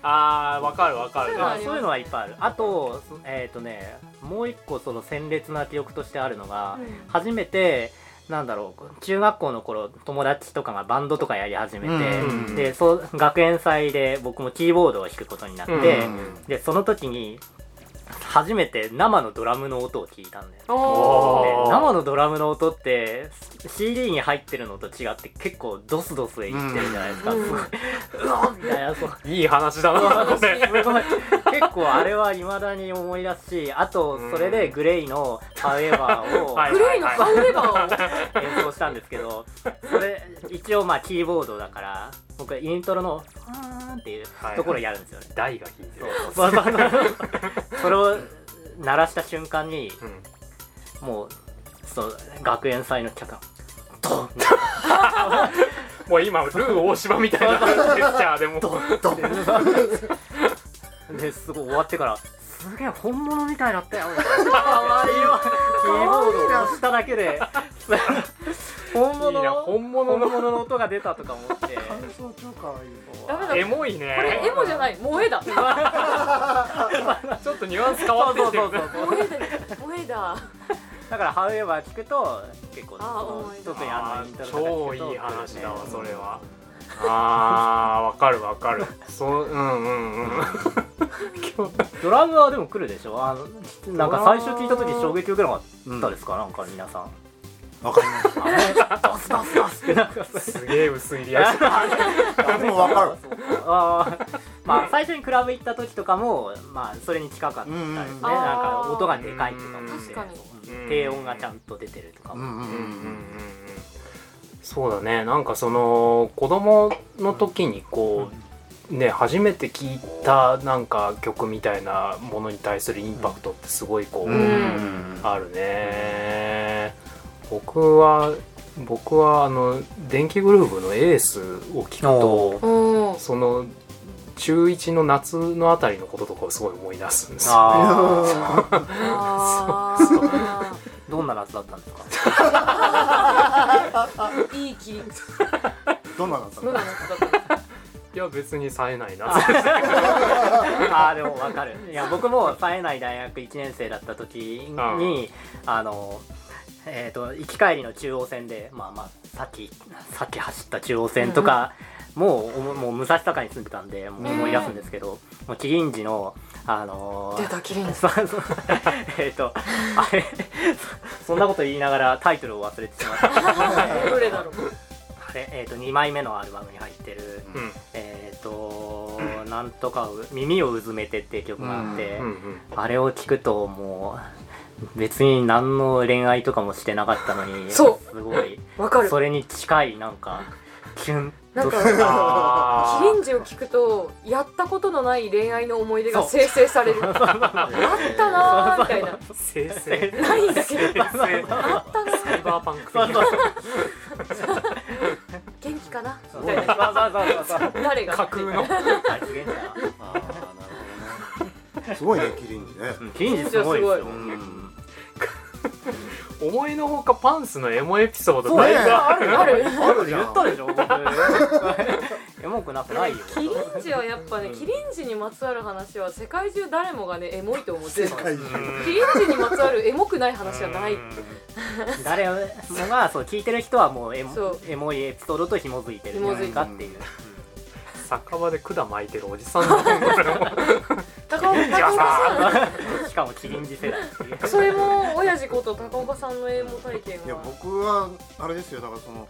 Speaker 1: ああわかるわかる
Speaker 2: そういうのあ
Speaker 3: ま
Speaker 2: りま
Speaker 3: あ
Speaker 2: すね
Speaker 3: そういうのはいっぱいあるあとそえっ、とねもう一個その鮮烈な記憶としてあるのが、
Speaker 2: うん
Speaker 3: 初めてなんだろう中学校の頃友達とかがバンドとかやり始めて、
Speaker 1: うんうんうん
Speaker 3: でそう学園祭で僕もキーボードを弾くことになって、
Speaker 1: うん
Speaker 3: でその時に初めて生のドラムの音を聞いたんだよね
Speaker 2: お
Speaker 1: おー
Speaker 2: ー
Speaker 3: で生のドラムの音って CD に入ってるのと違って結構ドスドスいってるじゃないですか、
Speaker 2: うん
Speaker 3: すごい うわっみたいなそう
Speaker 1: いい話だなこれ
Speaker 3: すごい 結構あれは未だに思い出すしあとそれでグレイの「ハウエバー」を
Speaker 1: はい
Speaker 2: グレイのハウエバーを
Speaker 3: 演奏したんですけどそれ一応まあキーボードだから僕はイントロの「ファーン」っていうところをやるんですよね、
Speaker 1: 大が引いてる
Speaker 3: そうそうそうそれを鳴らした瞬間に
Speaker 1: うん
Speaker 3: もうその学園祭の客がドン
Speaker 1: もう今ルー大柴みたいなジェスチャーでも
Speaker 3: ドンドンですごい終わってからすげえ本物みたいになったよみたいな
Speaker 2: 可愛いわ
Speaker 3: キーボードを押しただけで本
Speaker 1: いい
Speaker 3: 物
Speaker 1: な
Speaker 3: の
Speaker 1: 本物
Speaker 3: 本
Speaker 1: の
Speaker 3: 物の音が出たとか思って
Speaker 4: 想超かわいい
Speaker 2: ダメだ
Speaker 1: エモい
Speaker 2: これエ
Speaker 1: ね
Speaker 2: モじゃない萌えだ萌
Speaker 1: ちょっとニュアンス変わ
Speaker 3: そ
Speaker 1: っ
Speaker 3: う
Speaker 1: てき
Speaker 3: そう
Speaker 1: て
Speaker 3: そ
Speaker 1: る
Speaker 3: うそう
Speaker 2: えだ萌えだ
Speaker 3: だから「ハウエバー」聞くと結構そ
Speaker 2: あー
Speaker 3: の
Speaker 2: 思い出
Speaker 3: 特にあ
Speaker 1: あ
Speaker 3: のイント
Speaker 1: ー
Speaker 3: ロ
Speaker 1: 超い
Speaker 3: とか聞くと
Speaker 1: い話だわそれは
Speaker 3: うん
Speaker 1: あーわかるわかるそううんうんうん
Speaker 3: ドラムはでも来るでしょあのなんか最初聞いた時衝撃受けなかったですかなんか皆さん
Speaker 4: わかりま した
Speaker 3: ダスダスダスってなんか
Speaker 1: すげえ薄いリアクション
Speaker 4: あもうわかる
Speaker 3: あーまあ最初にクラブ行った時とかもまあそれに近かったですね
Speaker 4: うんうん
Speaker 3: なん
Speaker 4: うん
Speaker 3: か音がでかいとかも
Speaker 1: 確
Speaker 2: かに
Speaker 3: うん低音がちゃんと出てるとか
Speaker 4: う
Speaker 3: も
Speaker 4: んうん
Speaker 1: うんうんうんうん
Speaker 4: うん
Speaker 1: そうだねなんかその子供の時にこう、ね初めて聞いたなんか曲みたいなものに対するインパクトってすごいこう、
Speaker 4: うんうん
Speaker 1: あるね、僕は僕はあの電気グルーヴのエースを聞くと
Speaker 2: おー
Speaker 1: その中1の夏のあたりのこととかをすごい思い出すんですよ
Speaker 3: ああ
Speaker 2: あ
Speaker 3: どんな夏だったんですか
Speaker 2: ーいい切り
Speaker 4: どんなだった
Speaker 2: ど
Speaker 4: の
Speaker 2: んな夏だった
Speaker 1: いや別に冴えないな
Speaker 3: ああでもわかるいや僕も冴えない大学1年生だった時にあのえー、と行き帰りの中央線でまあまあさっきさっき走った中央線とか、もうおももう武蔵坂に住んでたんでもう思い出すんですけど、もうキリンジのあのー
Speaker 2: 出たキリンジ
Speaker 3: そうそうえっとあれそそんなこと言いながらタイトルを忘れてしま ったあ
Speaker 2: どれだろう
Speaker 3: れ、えー、と2枚目のアルバムに入ってる
Speaker 1: うん
Speaker 3: えっ、と、なんとかう耳をうずめてっていう曲があって、
Speaker 1: うんうん
Speaker 3: あれを聞くともう別に何の恋愛とかもしてなかったのに
Speaker 2: そ
Speaker 3: すごい
Speaker 2: わかる
Speaker 3: それに近いなんかキュン
Speaker 2: なん
Speaker 3: と
Speaker 2: か
Speaker 3: した
Speaker 1: あ
Speaker 2: キ
Speaker 1: ー
Speaker 2: リンジを聞くとやったことのない恋愛の思い出が生成されるあったなーみたいな
Speaker 1: 生成
Speaker 2: ないんだけど
Speaker 1: 生成
Speaker 2: あったな
Speaker 1: サイバーパンク的
Speaker 3: そう
Speaker 1: な
Speaker 3: そうそう
Speaker 2: 元気かな
Speaker 3: そう
Speaker 2: み
Speaker 3: そ
Speaker 2: た
Speaker 3: う
Speaker 2: いな
Speaker 3: そうそう
Speaker 2: 誰が
Speaker 1: 架空の
Speaker 3: あすげえな
Speaker 4: あーなるほどねすごいねキリンジね
Speaker 3: うんキリンジすごいですよ、
Speaker 4: キリンジはすごい
Speaker 3: うん
Speaker 1: 思いのほかパンスのエモエピソード
Speaker 3: そう
Speaker 1: だい
Speaker 3: ね
Speaker 1: ぶ
Speaker 4: あ
Speaker 2: るある
Speaker 4: あるじ
Speaker 3: 言
Speaker 4: ゃん
Speaker 3: ったでしょ僕エモくなくないよ
Speaker 2: キリンジはやっぱねキリンジにまつわる話は世界中誰もがねエモいと思って
Speaker 4: 世
Speaker 2: る
Speaker 4: 界中
Speaker 2: キリンジにまつわるエモくない話はない
Speaker 3: 誰もがそう聞いてる人はもうエモ
Speaker 2: そう
Speaker 3: エモいエピソードと紐づいてるんじゃないかっていう
Speaker 1: 酒場で管巻いてるおじさん だと思うからもう
Speaker 2: 高岡
Speaker 1: じゃ
Speaker 2: 高
Speaker 1: あ
Speaker 2: 岡さ
Speaker 3: しかもキリンジ世代っていうん
Speaker 2: それも親父こと高岡さんのエモ体験
Speaker 4: いや
Speaker 2: は
Speaker 4: 僕はあれですよだからその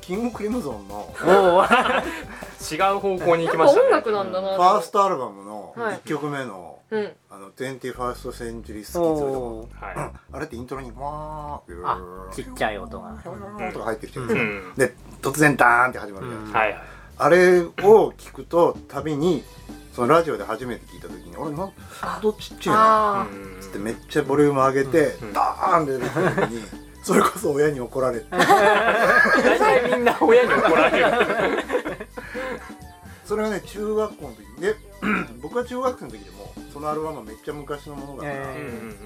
Speaker 4: キングクリムゾンのフ
Speaker 3: お
Speaker 1: 違
Speaker 3: お
Speaker 1: う方向に行
Speaker 2: や
Speaker 1: き
Speaker 2: っぱ
Speaker 1: ましたね
Speaker 2: 音楽なんだな
Speaker 4: ァーストアルバムの
Speaker 2: はい
Speaker 4: 1曲目の
Speaker 2: うんうん
Speaker 4: 「あの21st Century Skids と
Speaker 3: おー
Speaker 1: は
Speaker 4: か」あれってイントロに「わー」
Speaker 3: あちっちゃい音が
Speaker 4: ひょろひょろひょろとか入ってきてるん
Speaker 1: い、う
Speaker 4: ですよ
Speaker 1: ん、
Speaker 4: で突然ダーンって始まるじゃないですか
Speaker 1: はいはい
Speaker 4: あれを聞くとたびにそのラジオで初めて聞いた時に「あれなんどっちっちゃいな」
Speaker 2: あ
Speaker 1: うん
Speaker 4: つってめっちゃボリューム上げて
Speaker 1: うん
Speaker 4: ダーンって出てくる時にそれこそ親に怒られて
Speaker 1: 大体みんな親に怒られる
Speaker 4: それはね中学校の時にで僕は中学生の時でもそのアルバムはめっちゃ昔のものだから、
Speaker 1: うん
Speaker 3: え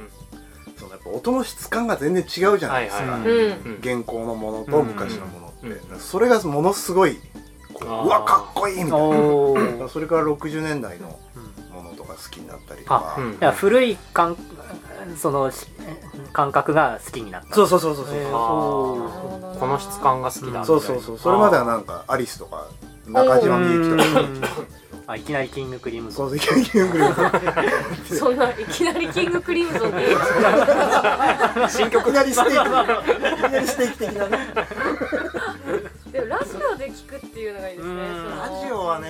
Speaker 4: そのやっぱ音の質感が全然違うじゃないですか、
Speaker 1: はいはい
Speaker 2: うん
Speaker 1: うんうん
Speaker 4: 現行のものと昔のものっ
Speaker 1: う
Speaker 4: て、
Speaker 1: んうんうん
Speaker 4: それがものすごいこう
Speaker 1: あー
Speaker 4: うわかっこいいみたいな
Speaker 3: おお、
Speaker 4: だからそれから60年代の
Speaker 3: うん
Speaker 4: ものとか好きになったりとか、
Speaker 1: あうん
Speaker 3: いや古い感そのし感覚が好きになった
Speaker 4: そうそうそうそうそう、
Speaker 3: えー
Speaker 2: なる
Speaker 3: そ
Speaker 2: ほどな
Speaker 1: この質感が好きだ
Speaker 4: そうそうそうそれまではなんかアリスとか中島みゆきとか
Speaker 3: うんあいきなりキングクリーム
Speaker 4: そ
Speaker 3: ゾン
Speaker 4: うそうキングクリームゾン
Speaker 2: そんないきなりキングクリムゾンで
Speaker 1: 新
Speaker 4: いきなりステーキいきなりステーキ的なね
Speaker 2: でもラジオで聞くっていうのがいいですね
Speaker 3: うん
Speaker 2: その
Speaker 4: ラジオはね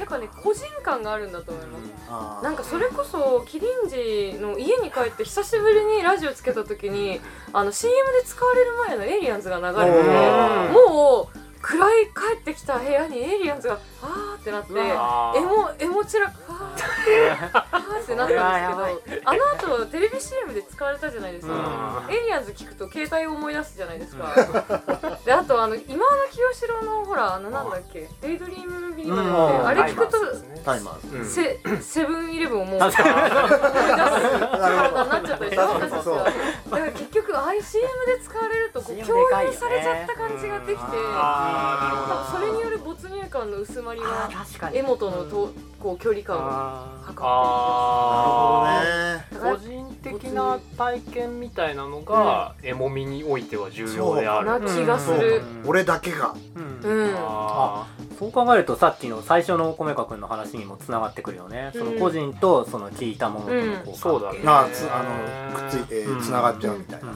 Speaker 2: やっぱね個人感があるんだと思います
Speaker 4: あー
Speaker 2: なんかそれこそキリンジの家に帰って久しぶりにラジオつけた時にあの CM で使われる前のエイリアンズが流れて
Speaker 4: お
Speaker 1: ー
Speaker 2: もう暗い帰ってきた部屋にエイリアンズがあーってなって
Speaker 3: う
Speaker 1: わー
Speaker 2: エモエモチラあーあーってなったんですけどあの後テレビ CM で使われたじゃないですか
Speaker 1: うん
Speaker 2: エイリアンズ聞くと携帯を思い出すじゃないですかであとあの今の清志郎のほらあのなんだっけ「デイドリームビーバー」って
Speaker 3: うん
Speaker 2: あれ聞くと
Speaker 4: タイマーズ
Speaker 1: うん
Speaker 2: セセブンイレブンをもう思い出す体になっちゃったでしょ
Speaker 4: そう
Speaker 2: 私
Speaker 4: そ
Speaker 2: たち
Speaker 4: うそう
Speaker 2: はだから結局ああいう CM で使われるとこう
Speaker 3: CM
Speaker 2: 共有されちゃった感じができて
Speaker 1: あ
Speaker 2: 多分それによる没入感の薄まり
Speaker 3: あ
Speaker 2: が
Speaker 3: ー確かに
Speaker 2: 柄本のとこう距離感を
Speaker 3: あ
Speaker 2: 測
Speaker 1: あー
Speaker 4: なる
Speaker 2: っていく
Speaker 1: 個人的な体験みたいなのが、エモみにおいては重要である
Speaker 2: な
Speaker 3: ー
Speaker 2: 気がする
Speaker 4: ほどね俺だけが
Speaker 3: うん
Speaker 2: うん、
Speaker 1: あ
Speaker 3: そう考えるとさっきの最初の米川君の話にもつながってくるよね、その個人とその聞いたものとの交換
Speaker 1: ーそうだね
Speaker 4: あーつあのくっついて
Speaker 3: うん
Speaker 4: つながっちゃうみたいな、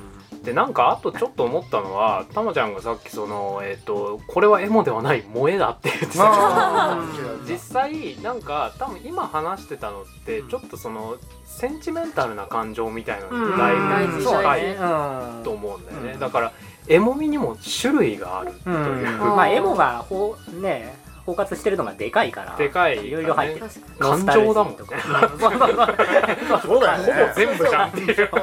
Speaker 1: でなんかあとちょっと思ったのはたまちゃんがさっきそのえっ、とこれはエモではない萌えだって言ってたけど
Speaker 4: あ
Speaker 3: ー
Speaker 1: 実際なんか多分今話してたのって
Speaker 3: うん
Speaker 1: ちょっとそのセンチメンタルな感情みたいなの
Speaker 3: うん
Speaker 1: がだいぶ
Speaker 2: 大事
Speaker 1: 近
Speaker 2: 大
Speaker 1: い
Speaker 2: 事
Speaker 3: うん
Speaker 1: と思うんだよね、
Speaker 3: うん
Speaker 1: だからエモみにも種類があると
Speaker 3: う
Speaker 1: い
Speaker 3: ん
Speaker 1: う、
Speaker 3: まあエモがほうね包括してるのがでかいから
Speaker 1: でかいからね
Speaker 3: いろいろ入ってる
Speaker 2: 確かに
Speaker 1: 感情だもん
Speaker 3: ノスタルジーとか
Speaker 4: そうだよ
Speaker 1: ほ
Speaker 4: ね
Speaker 1: ぼ全部じゃんっていう
Speaker 2: でも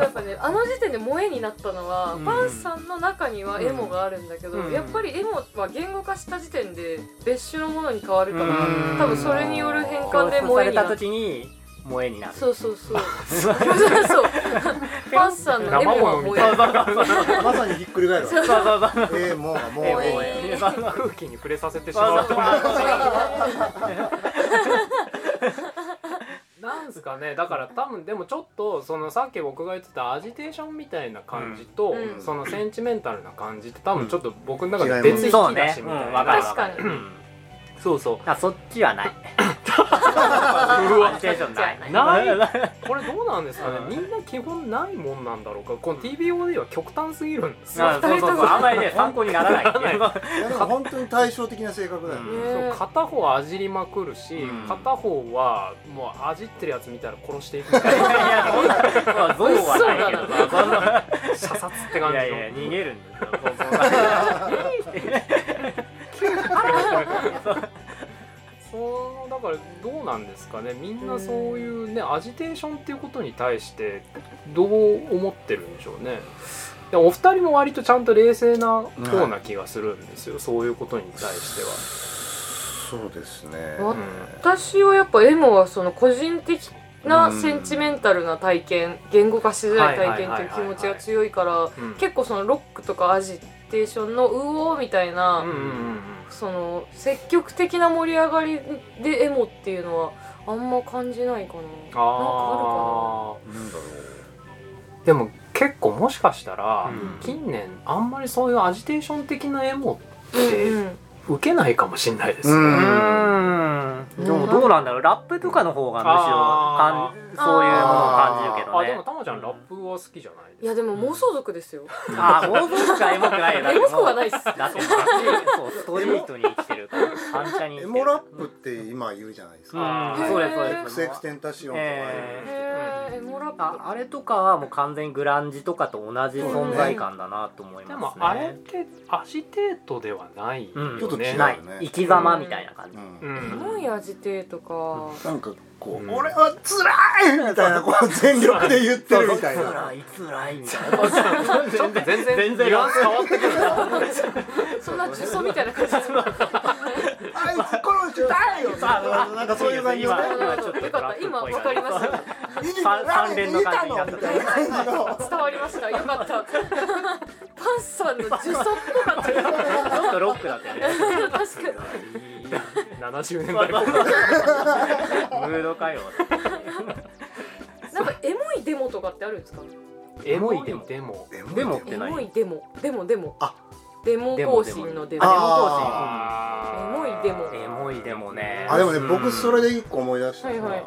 Speaker 2: やっぱねあの時点で萌えになったのは、
Speaker 3: うん
Speaker 2: パンさんの中にはエモがあるんだけど、
Speaker 3: うん
Speaker 2: やっぱりエモは言語化した時点で別種のものに変わるから、
Speaker 3: うん
Speaker 2: 多分それによる変
Speaker 3: そ
Speaker 2: 換
Speaker 3: う
Speaker 2: で
Speaker 3: そうさ
Speaker 2: 萌え
Speaker 3: れ
Speaker 2: にな
Speaker 3: た
Speaker 2: った
Speaker 3: 時に萌えになる
Speaker 2: そうそうそうそうそうパンさんのエモは萌え
Speaker 4: まさにひっくり返るわ
Speaker 3: そうそうそうそう
Speaker 4: えー、もうもう
Speaker 3: エモ
Speaker 2: 萌
Speaker 3: え
Speaker 2: え
Speaker 1: 空気に触れさせてしまうとなんですかねだから多分でもちょっとそのさっき僕が言ってたアジテーションみたいな感じと、
Speaker 2: うんうん
Speaker 1: そのセンチメンタルな感じって多分ちょっと僕の中で別引き
Speaker 3: そう
Speaker 1: だ
Speaker 3: ね
Speaker 1: し
Speaker 3: う
Speaker 1: み
Speaker 3: ん
Speaker 1: たいな、
Speaker 3: わかるわる
Speaker 2: 確かに
Speaker 1: そうそう
Speaker 3: あそっちはないう
Speaker 1: わ
Speaker 3: テンションない
Speaker 1: ないこれどうなんですかね、
Speaker 3: うん
Speaker 1: みんな基本ないもんなんだろうかこの TBOD は極端すぎるんですよ、
Speaker 3: あそうそうそうあんまりね参考にならない
Speaker 1: なら
Speaker 4: いやでも本当に対照的な性格だよね、
Speaker 3: うん
Speaker 1: そう片方はあじりまくるし、
Speaker 3: うん
Speaker 1: 片方はもうあじってるやつ見たら殺していくみ たい
Speaker 3: い
Speaker 1: な
Speaker 3: やそんなまあ憎悪はないけどさそんな
Speaker 1: 射殺って感
Speaker 3: い
Speaker 1: じ
Speaker 3: や
Speaker 1: の
Speaker 3: いや逃げるんですよそうそう
Speaker 1: そうだからどうなんですかねみんなそういうねアジテーションっていうことに対してどう思ってるんでしょうねでもお二人も割とちゃんと冷静な方な気がするんですよ、そういうことに対しては
Speaker 4: そうですね
Speaker 2: わ私はやっぱエモはその個人的な
Speaker 4: うん
Speaker 2: センチメンタルな体験言語化しづらい体験っていう気持ちが強いから
Speaker 1: うん
Speaker 2: 結構そのロックとかアジテーションのうおーみたいな、
Speaker 1: うんうんうんうん
Speaker 2: その積極的な盛り上がりでエモっていうのはあんま感じないかななん
Speaker 1: あ
Speaker 2: かあ
Speaker 1: あ
Speaker 4: なんだろ
Speaker 1: でも結構もしかしたら、
Speaker 3: うん
Speaker 1: 近年あんまりそういうアジテーション的なエモ
Speaker 2: るかな
Speaker 1: で
Speaker 2: うんうん
Speaker 1: 受けないかもしれないですね、
Speaker 4: うん
Speaker 3: うんでもどうなんだろうラップとかの方がむしろか
Speaker 1: あ
Speaker 3: んそういうものを感じるけど
Speaker 1: あ
Speaker 3: ね
Speaker 1: でもたまちゃんラップは好きじゃないですか
Speaker 2: いやでも妄想族ですよ
Speaker 3: あ妄想しかエモくないよだってもう
Speaker 2: エモくはないっす
Speaker 3: だってそうストリートに生きてるから反射に生きて
Speaker 4: うエ
Speaker 3: る
Speaker 4: モラップって今言うじゃないです
Speaker 3: う
Speaker 4: か、
Speaker 3: んそうですそうです
Speaker 4: クセエクステンタシオンとかいう
Speaker 2: へ
Speaker 3: え
Speaker 2: えエモラ
Speaker 3: あ
Speaker 2: ッ
Speaker 3: あれとかはもう完全にグランジとかと同じ存在感だなと思い
Speaker 1: で
Speaker 3: ま
Speaker 1: も
Speaker 3: すね。
Speaker 1: あれってアジテートではないよね、
Speaker 3: うんちょっ
Speaker 4: と違う
Speaker 3: ない
Speaker 4: よね
Speaker 3: 生き様みたいな感じ。
Speaker 4: うん
Speaker 1: うん
Speaker 2: プモンやジテとか
Speaker 4: なんかこう、
Speaker 1: うん
Speaker 4: 俺は辛いみたいなこう全力で言ってるみたいな。
Speaker 3: いつらいみたいな。
Speaker 1: ちょっと全然
Speaker 3: 全然
Speaker 1: ニュアンス変わってくる
Speaker 2: そんな呪詛みたいな感じ
Speaker 4: あいつ殺したいよ。
Speaker 3: あ
Speaker 4: なんかそういう感じの
Speaker 3: 今
Speaker 4: ね
Speaker 3: 今ちょっと
Speaker 2: よかった今わかりました
Speaker 3: 三三連の感じになっ
Speaker 5: 見
Speaker 3: て
Speaker 5: たのみたいな感じの
Speaker 2: 伝わりましたよかったパンさんの呪詛っぽかったよ
Speaker 3: たちょっとロックだったよね
Speaker 2: 確かに
Speaker 1: 70年代後半
Speaker 3: ムードかよ
Speaker 2: なんかエモいデモとかってあるんですか
Speaker 1: エモい
Speaker 3: で
Speaker 1: で
Speaker 3: も
Speaker 1: も
Speaker 4: でも
Speaker 3: でもって
Speaker 2: エ
Speaker 3: ない
Speaker 2: モいデモデモデモ
Speaker 4: あ
Speaker 2: デモ更新のデモ
Speaker 4: あ
Speaker 1: あ
Speaker 3: あ
Speaker 2: エモいでも
Speaker 3: デモ更新エモいでもね
Speaker 4: あでもね、
Speaker 1: うん
Speaker 4: 僕それで一個思い出したのは、
Speaker 2: はいはい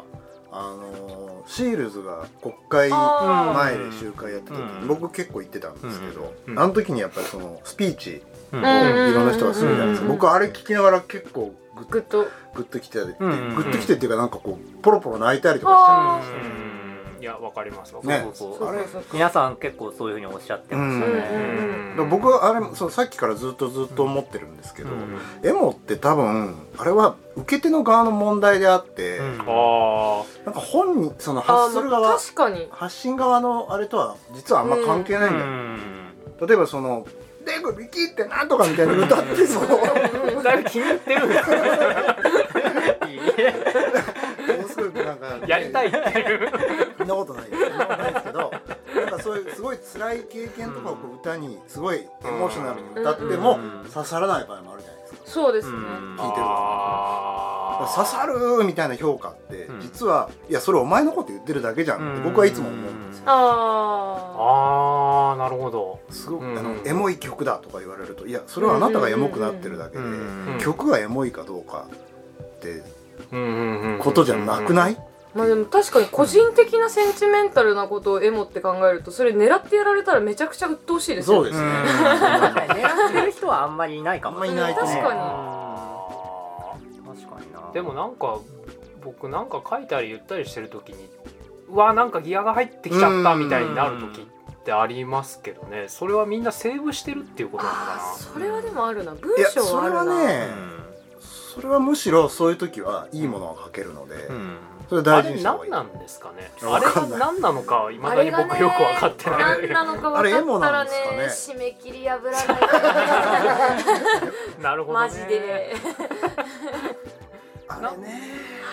Speaker 4: あのーシールズが国会
Speaker 2: あ
Speaker 3: ー
Speaker 4: 前で集会やった時に、
Speaker 3: うん
Speaker 4: 僕結構行ってたんですけど、
Speaker 1: うん
Speaker 4: あの時にやっぱりそのスピーチ
Speaker 3: うん
Speaker 4: を
Speaker 2: うん
Speaker 4: いろんな人がするじゃないですか、
Speaker 2: うん
Speaker 4: 僕あれ聞きながら結構グッ
Speaker 2: グッと
Speaker 4: グッときて、
Speaker 3: ん
Speaker 4: グッときてっていうかなんかこうポロポロ泣いたりとか
Speaker 2: あ
Speaker 1: ーうんいやわかりますわかり
Speaker 4: ね
Speaker 1: ます
Speaker 3: そう
Speaker 2: ー
Speaker 3: そう
Speaker 4: あ
Speaker 2: そ
Speaker 4: れ
Speaker 2: うそう
Speaker 3: 皆さん結構そういうふうにおっしゃってました
Speaker 4: う
Speaker 3: ね
Speaker 4: して、で僕はあれそうさっきからずっとずっと思ってるんですけど、
Speaker 3: うん
Speaker 4: エモって多分あれは受け手の側の問題であって、
Speaker 3: うん
Speaker 1: あ
Speaker 4: なんか本にその
Speaker 2: あ
Speaker 4: 発す
Speaker 2: ー
Speaker 4: る
Speaker 2: まあ
Speaker 4: 側
Speaker 2: 確かに
Speaker 4: 発信側のあれとは実はあんま関係ないんだよ、例えばその「デグビキってなんとか」みたいな 歌ってそう
Speaker 1: あだいぶ気に入ってるんですね
Speaker 3: いい
Speaker 4: もうすごいなんか、
Speaker 1: やりたいっていう
Speaker 4: そんなことないよそんなことないですけどなんかそういうすごい辛い経験とかをこう歌にすごいエモーショナルに歌っても
Speaker 3: うん
Speaker 4: 刺さらない場合もあるじゃないですか
Speaker 2: そうですね
Speaker 3: うん
Speaker 4: 聞いてる
Speaker 1: あー
Speaker 4: 刺さるみたいな評価って
Speaker 3: うん
Speaker 4: 実はいやそれお前のこと言ってるだけじゃんって僕はいつも思うんですよ
Speaker 2: あ
Speaker 1: あーなるほど
Speaker 4: すごく
Speaker 1: うん
Speaker 4: あのエモい曲だとか言われるといやそれはあなたがエモくなってるだけで
Speaker 3: うん
Speaker 4: 曲がエモいかどうかってこ
Speaker 1: こと
Speaker 4: じゃなくないい
Speaker 2: ーまあでも確かに個人的なセンチメンタルなことをエモって考えるとそれ狙ってやられたらめちゃくちゃ鬱陶しいですよ
Speaker 4: そうですね
Speaker 3: 確かに狙ってる人はあんまりいないかもしれない
Speaker 4: あんまりいない
Speaker 2: と
Speaker 3: うん確かにな
Speaker 1: でもなんか僕なんか書いたり言ったりしてる時にうわなんかギアが入ってきちゃったみたいになる時ってありますけどねそれはみんなセーブしてるっていうことなのか
Speaker 2: ああそれはでもあるない文
Speaker 4: や
Speaker 2: 章
Speaker 4: そ
Speaker 2: はあ
Speaker 4: れ
Speaker 2: るな
Speaker 4: はねそれはむしろそういう時はいいものを書けるので、
Speaker 3: うん
Speaker 4: それ
Speaker 1: なあ
Speaker 4: 大事
Speaker 1: れ
Speaker 4: にした方がい
Speaker 1: 何
Speaker 4: い
Speaker 1: なんですかねあ
Speaker 4: わ
Speaker 1: れ
Speaker 4: か
Speaker 1: が
Speaker 4: んない
Speaker 1: 何なのかいまだに僕よく分かってない
Speaker 2: 何なのか
Speaker 4: あれエ
Speaker 2: 分か
Speaker 4: モ
Speaker 2: った
Speaker 4: な
Speaker 2: ら
Speaker 4: ん
Speaker 2: ね
Speaker 4: です
Speaker 2: 締め切り破らな い
Speaker 1: なるほどね
Speaker 2: マジで
Speaker 4: あれね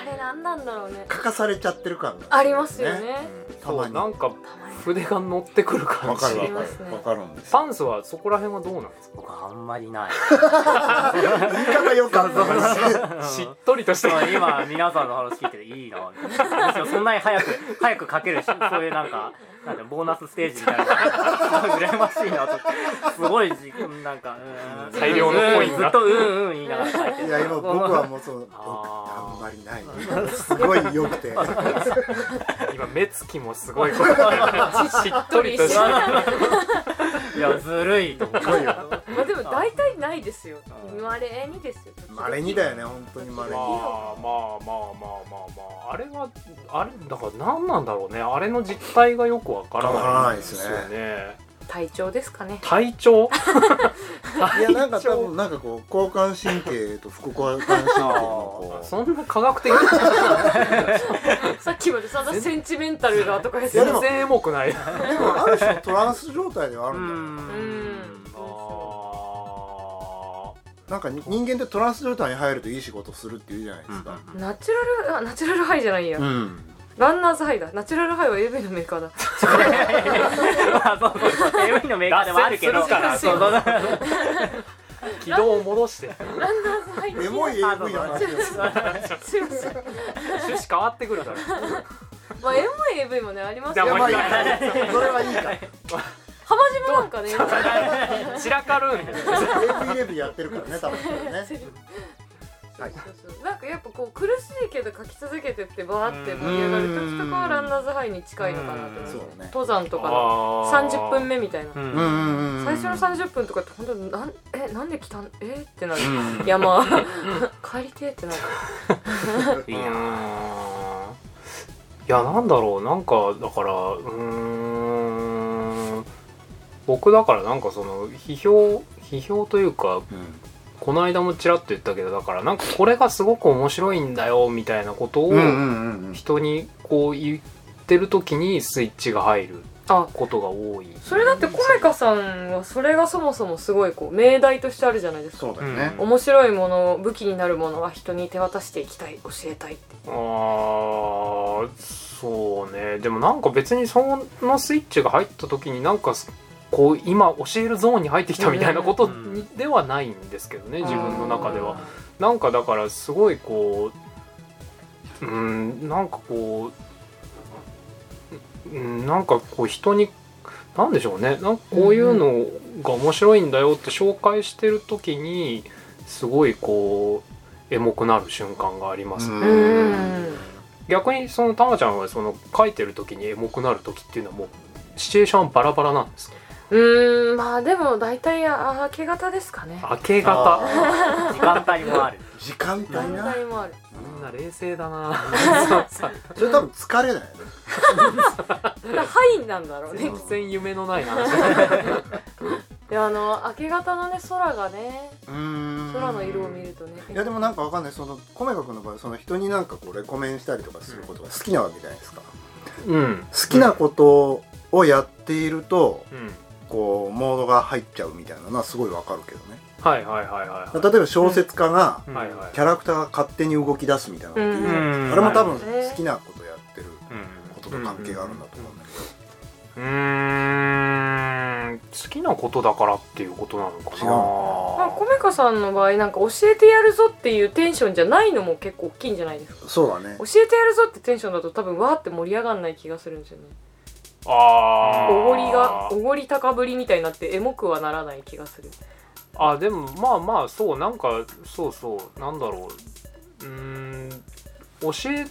Speaker 2: あれ何なんだろうね
Speaker 4: 書かされちゃってる感が
Speaker 2: ありますよね
Speaker 4: た
Speaker 1: そ
Speaker 4: ま
Speaker 1: う
Speaker 4: に
Speaker 1: な
Speaker 4: わ
Speaker 1: んか筆が乗ってくる感じ
Speaker 4: かるわ
Speaker 2: ります
Speaker 4: か
Speaker 2: ね
Speaker 4: るわかるんです
Speaker 1: パンスはそこら辺はどうなんです
Speaker 3: 僕はあんまりない
Speaker 4: 言い方よかった
Speaker 1: かしっとりとして
Speaker 3: そう今皆さんの話聞いてていいなみたいなむしろそんなに早く早く書けるしそういうなんかなんてボーナスステージみたいな羨ましいなとすごいじなんかうん
Speaker 1: 大量のコイン
Speaker 3: ずっ
Speaker 1: が
Speaker 3: とうんうん言いながら書いて
Speaker 4: い
Speaker 3: る
Speaker 4: や今僕はもうその僕
Speaker 1: あ
Speaker 4: あんまりないすごい良くて
Speaker 1: 今目つきもすごいことになるしっとりと して
Speaker 3: いやずるいと思う
Speaker 2: まあでも大体ないですよ
Speaker 3: うん
Speaker 2: まれにですよ
Speaker 4: まれにだよね本当にまれに
Speaker 1: まあまあまあまあまあまああれはあれだから何なんだろうねあれの実態がよくわから
Speaker 4: わから
Speaker 1: な
Speaker 4: ないい
Speaker 1: で
Speaker 4: ですす
Speaker 1: よ
Speaker 4: ね
Speaker 1: ね
Speaker 2: 体調ですかね
Speaker 1: 体調
Speaker 4: いやなんか多分なんかこう交感神経と副交感神経のこう
Speaker 1: そんな科学的に
Speaker 2: さっきまでそんなセンチメンタルがとか言って
Speaker 4: や
Speaker 2: た
Speaker 4: で
Speaker 1: 全
Speaker 4: も
Speaker 1: 然エモくないあ
Speaker 4: でもある種のトランス状態ではあ
Speaker 3: う
Speaker 4: るんだよね
Speaker 3: ん
Speaker 1: あ
Speaker 4: なんか人間ってトランス状態に入るといい仕事するって言うじゃないですか
Speaker 2: ナチュラルあ ナチュラルハイじゃないや、
Speaker 4: うん
Speaker 2: ランナーズハイだナチュラルハイは AV のメーカーだ
Speaker 3: まあそうそうそう AV のメーカーでもあるけど
Speaker 1: 脱線す
Speaker 3: そ
Speaker 1: る
Speaker 3: うそうそう
Speaker 1: 軌道を戻して
Speaker 2: ランナーズハイ
Speaker 4: エモい AV の話で す
Speaker 2: すいませ
Speaker 1: 趣
Speaker 2: ん
Speaker 1: 旨変わってくるだろ
Speaker 2: まあエモい AV もねあります
Speaker 1: じゃ
Speaker 2: よ
Speaker 1: あも
Speaker 2: 浜
Speaker 1: う一回
Speaker 4: それはいいから
Speaker 2: 島なんかね
Speaker 1: 散らかるんですよ
Speaker 4: AV レビューやってるからね多分ねはい
Speaker 2: なんかやっぱこう苦しいけど書き続けてってバーって盛り上がる時とかはランナーズハイに近いのかなと思
Speaker 4: そううね
Speaker 2: 登山とかの
Speaker 1: あー
Speaker 2: 30分目みたいな
Speaker 3: うん
Speaker 4: んうん
Speaker 2: 最初の30分とかって本当になんえなんで来たんえってなる 山帰りてえってなる
Speaker 3: いいな
Speaker 1: うーんいやなんだろうなんかだからうーん僕だからなんかその批評批評というかこの間もちらっと言ったけどだからなんかこれがすごく面白いんだよみたいなことを
Speaker 4: うんうんうんうん
Speaker 1: 人にこう言ってる時にスイッチが入るっていう
Speaker 2: あ
Speaker 1: ことが多い
Speaker 2: それだってコメカさんはそれがそもそもすごいこう命題としてあるじゃないですか
Speaker 4: そうだよね、
Speaker 2: 面白いもの武器になるものは人に手渡していきたい教えたいって
Speaker 1: あーそうねでもなんか別にそのスイッチが入った時になんかすこう今教えるゾーンに入ってきたみたいなこと
Speaker 3: うん
Speaker 1: にではないんですけどね自分の中では。なんかだからすごいこううんなんかこううんなんかこう人になんでしょうねなんかこういうのが面白いんだよって紹介してる時にすごいこうエモくなる瞬間がありますね。
Speaker 2: うーん
Speaker 1: 逆にそのたまちゃんはその書いてる時にエモくなる時っていうのはもうシチュエーションバラバラなんですか
Speaker 2: うーんまあでも大体あ明け方ですかね
Speaker 1: 明け方
Speaker 4: あ
Speaker 3: 時間帯もある
Speaker 4: ー時間帯
Speaker 2: 団
Speaker 4: な
Speaker 2: 体もある
Speaker 1: みんな冷静だなそうそう
Speaker 4: それ多分疲れない
Speaker 2: だからハイなんだろうね
Speaker 1: 全然夢のない話
Speaker 2: であの明け方のね空がね
Speaker 4: うん
Speaker 2: 空の色を見るとね
Speaker 4: いやでもなんかわかんないそのコメカ君の場合その人になんかこうレコメンしたりとかすることが好きなわけじゃないですか
Speaker 1: うん
Speaker 4: 好きなことをやっていると
Speaker 1: うん
Speaker 4: こうモードが入っちゃうみたいなのはすごいわかるけどね
Speaker 1: はいはいはいはい
Speaker 4: 例えば小説家が
Speaker 1: はいはい
Speaker 4: キャラクターが勝手に動き出すみたいなこと言うじゃないです
Speaker 1: うん
Speaker 4: かあれも多分
Speaker 2: うん
Speaker 4: 好きなことやってるこ
Speaker 1: う
Speaker 4: とと関係があるんだと思うんだけど
Speaker 1: ーん好きなことだからっていうことなのか
Speaker 4: 違うの
Speaker 2: まあ、
Speaker 1: な
Speaker 2: コメカさんの場合なんか教えてやるぞっていうテンションじゃないのも結構大きいんじゃないですか
Speaker 4: そうだね
Speaker 2: 教えてやるぞってテンションだと多分わーって盛り上がんない気がするんですよね
Speaker 1: あー
Speaker 2: おごりがおごり高ぶりみたいになってエモくはならない気がする
Speaker 1: あでもまあまあそうなんかそうそうなんだろううーん教え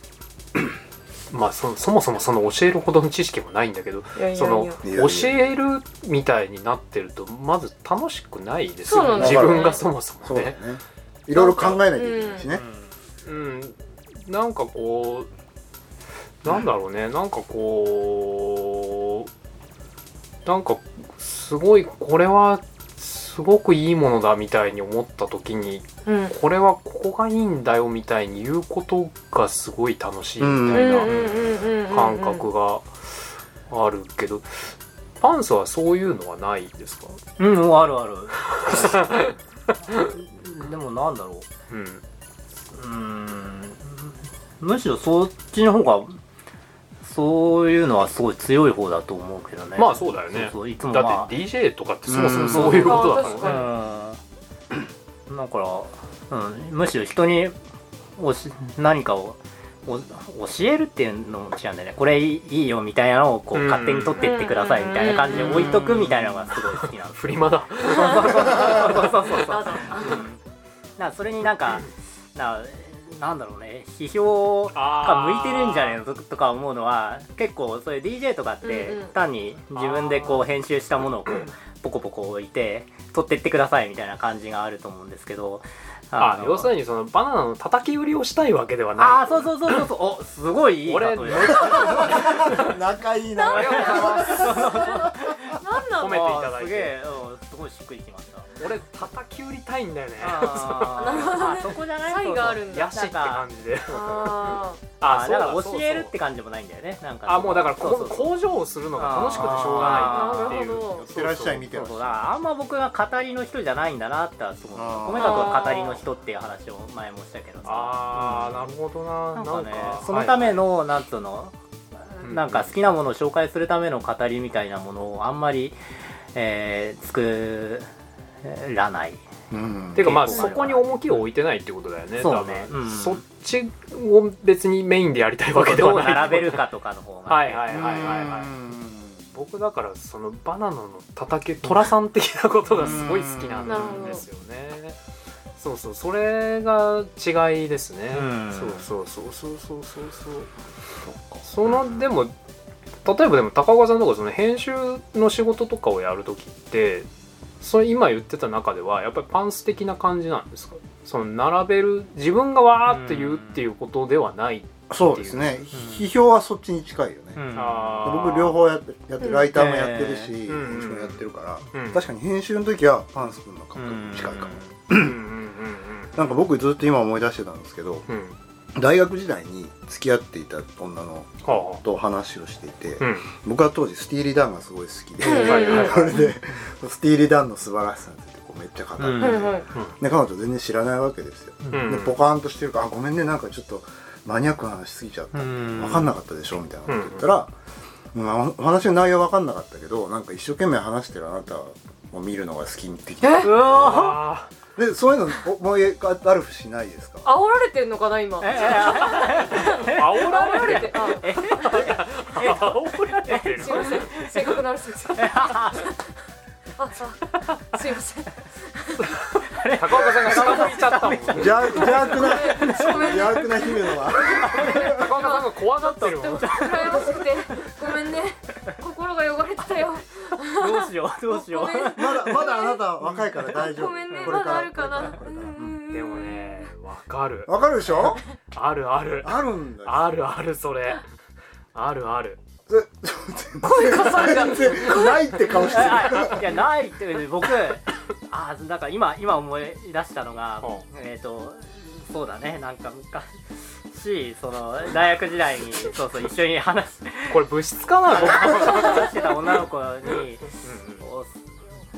Speaker 1: まあそそもそもその教えるほどの知識もないんだけど
Speaker 2: いやいやいや
Speaker 1: その
Speaker 4: いやいや
Speaker 1: 教えるみたいになってるとまず楽しくないです
Speaker 2: そうな
Speaker 1: よね
Speaker 4: んだ
Speaker 1: 自
Speaker 4: よね
Speaker 1: 分がそもそ
Speaker 4: そ
Speaker 1: も
Speaker 4: うだよ
Speaker 1: ね
Speaker 4: ね。いろいろ考えないといけないし
Speaker 3: うん
Speaker 4: ね
Speaker 1: うん、なんかこうなんだろうねなんかこうなんかすごいこれはすごくいいものだみたいに思った時に
Speaker 2: うん
Speaker 1: これはここがいいんだよみたいに言うことがすごい楽しいみ
Speaker 2: う
Speaker 1: たい
Speaker 2: ん
Speaker 1: な。
Speaker 2: うんうんうんうん
Speaker 1: 感覚があるけど、パンスはそういうのはないですか、
Speaker 3: うん、うん、あるあるでもなんだろう
Speaker 1: うん、
Speaker 3: うーんむしろそっちの方がそういうのはすごい強い方だと思うけどね
Speaker 1: まあそうだよね
Speaker 3: そうそういつも、ま
Speaker 1: だ
Speaker 3: あ
Speaker 1: っ、て DJ とかってそもそもそういうことだから
Speaker 2: うん
Speaker 1: ね、
Speaker 3: うんだから、うん、むしろ人におし何かをお教えるっていうのも違うんだよねこれいいよみたいなのをこう
Speaker 1: うん
Speaker 3: 勝手に取っていってくださいみたいな感じで置いとくみたいなのがすごい好きなの
Speaker 1: フリマだ
Speaker 3: そうそうそうそう
Speaker 2: あだ
Speaker 3: なそれになんかななんだろうね批評が向いてるんじゃねえのととか思うのは結構そういう DJ とかって
Speaker 2: うんうん
Speaker 3: 単に自分でこう編集したものをこうポコポコ置いて取ってってくださいみたいな感じがあると思うんですけど
Speaker 1: あ要する
Speaker 3: に
Speaker 1: にそのバナナの叩き売りをしたいわけではない
Speaker 3: あーそうそうそうそうそうおすごいいい例え
Speaker 1: 俺
Speaker 4: 仲いいな
Speaker 1: ありがとうございます
Speaker 2: なんな
Speaker 1: 褒
Speaker 2: の
Speaker 1: めていただいて
Speaker 3: あーすげえ、うん、すごいしっくりきました
Speaker 1: 俺叩き売りたいんだよね
Speaker 3: あーあそこじゃない
Speaker 2: 差異があるんだ
Speaker 1: ヤシって感じで
Speaker 2: あ
Speaker 3: あ
Speaker 1: そう
Speaker 3: だ
Speaker 1: だ
Speaker 3: から
Speaker 1: そう
Speaker 3: 教
Speaker 1: そう
Speaker 3: えるって感じでもないんだよねなんか
Speaker 1: あもうだから
Speaker 3: そ
Speaker 1: こ
Speaker 3: そそ
Speaker 1: 工場をするのが楽しくてしょうがないっていう
Speaker 2: あーなるほど
Speaker 4: やってらっしゃいみ
Speaker 3: そ
Speaker 4: たいな
Speaker 3: うそうだからあんま僕が語りの人じゃないんだなってはすごい
Speaker 4: あー
Speaker 3: 米川君は語りの人っていう話を前もしたけどさ
Speaker 1: あーなるほどななん
Speaker 3: な
Speaker 1: ん
Speaker 3: か
Speaker 1: か
Speaker 3: ねそのための、なんつうの
Speaker 1: うん
Speaker 3: なんか好きなものを紹介するための語りみたいなものをあんまり、えー作らない
Speaker 4: うん
Speaker 1: ていうかまあ
Speaker 3: 結構
Speaker 1: そ
Speaker 3: 前
Speaker 1: こに重きを置いてないってことだよね
Speaker 3: そうね
Speaker 1: 多分
Speaker 3: うん
Speaker 1: そっちを別にメインでやりたいわけで
Speaker 3: ど
Speaker 1: は
Speaker 3: う
Speaker 1: ない
Speaker 3: 並べるかとかの方が
Speaker 1: はいはいはいはいはい僕だからそのバナナの叩けトラさん的なことがすごい好きな
Speaker 4: うん
Speaker 1: ですよねそうそうそれが違いですね
Speaker 3: うん
Speaker 1: そうそうそうそうそうそうそうそのでも例えばでも高岡さんとかその編集の仕事とかをやる時ってそれ今言ってた中ではやっぱりパンス的な感じなんですかその並べる自分がわーって言うっていうことではない、
Speaker 4: そうですね批評はそっちに近いよね、
Speaker 3: うん
Speaker 1: あー
Speaker 4: 僕両方やってやって
Speaker 2: うん
Speaker 4: ライターもやってるし、
Speaker 1: うん
Speaker 4: 編集もやってるから、
Speaker 1: うん
Speaker 4: 確かに編集の時はパンス君の感覚に近いかも、
Speaker 1: うんうんうん
Speaker 4: なんか僕ずっと今思い出してたんですけど
Speaker 1: うんうん
Speaker 4: 大学時代に付き合っていた女の
Speaker 1: はあは
Speaker 4: と話をしていて、
Speaker 1: あ、うん、
Speaker 4: 僕は当時スティーリー・ダンがすごい好きで、
Speaker 2: うん
Speaker 1: はいはい
Speaker 4: そ
Speaker 1: は
Speaker 4: れでスティーリー・ダンの素晴らしさについてこうめっちゃ語って、
Speaker 3: うん
Speaker 2: はいはい
Speaker 4: で彼女全然知らないわけですよ、
Speaker 1: い、うん
Speaker 4: でポカーンとしてるから「あごめんねなんかちょっとマニアックな話しすぎちゃった」
Speaker 3: うん
Speaker 4: 分かんなかったでしょ」みたいなこと言ったら、うんお話の内容分かんなかったけどなんか一生懸命話してるあなたを見るのが好きって聞い
Speaker 2: え
Speaker 3: うわ
Speaker 1: あ
Speaker 4: てでそういうの思い当たるふしないですか
Speaker 2: 煽られてんのかな今
Speaker 3: ーえ
Speaker 1: ー
Speaker 3: え
Speaker 1: 煽
Speaker 2: 煽
Speaker 1: ら
Speaker 2: ら
Speaker 1: れ
Speaker 2: れ
Speaker 1: てる
Speaker 2: てあ
Speaker 1: 煽られてる
Speaker 2: すいません性格のある先生ああすいません
Speaker 1: 高岡さんが下向いちゃったもん
Speaker 4: 邪悪邪悪
Speaker 2: ご
Speaker 4: な
Speaker 2: めん
Speaker 4: 邪悪な姫野は
Speaker 1: 高岡さんが怖がってるもん
Speaker 2: 羨ましくてごめんね心が汚れてたよ
Speaker 3: どうしようどうし
Speaker 2: ごめ
Speaker 3: よ
Speaker 2: ん
Speaker 3: う
Speaker 4: まだまだあなたは若いから大丈夫
Speaker 2: ごめんね
Speaker 4: これ
Speaker 2: ま
Speaker 4: から
Speaker 2: だあるかな
Speaker 4: これからこれから
Speaker 1: でもねわかる
Speaker 4: わかるでしょ
Speaker 1: あるある
Speaker 4: あるんだよ
Speaker 1: あるあるそれあるある
Speaker 4: え
Speaker 2: 声かさんが
Speaker 4: 全然ないって顔してる
Speaker 3: いやないって僕あーなんか今今思い出したのが、
Speaker 1: う
Speaker 3: えっ、とそうだねなんか昔その大学時代にそうそう一緒に話し
Speaker 1: これ物質かなこれ
Speaker 3: 話してた女の子に
Speaker 1: うん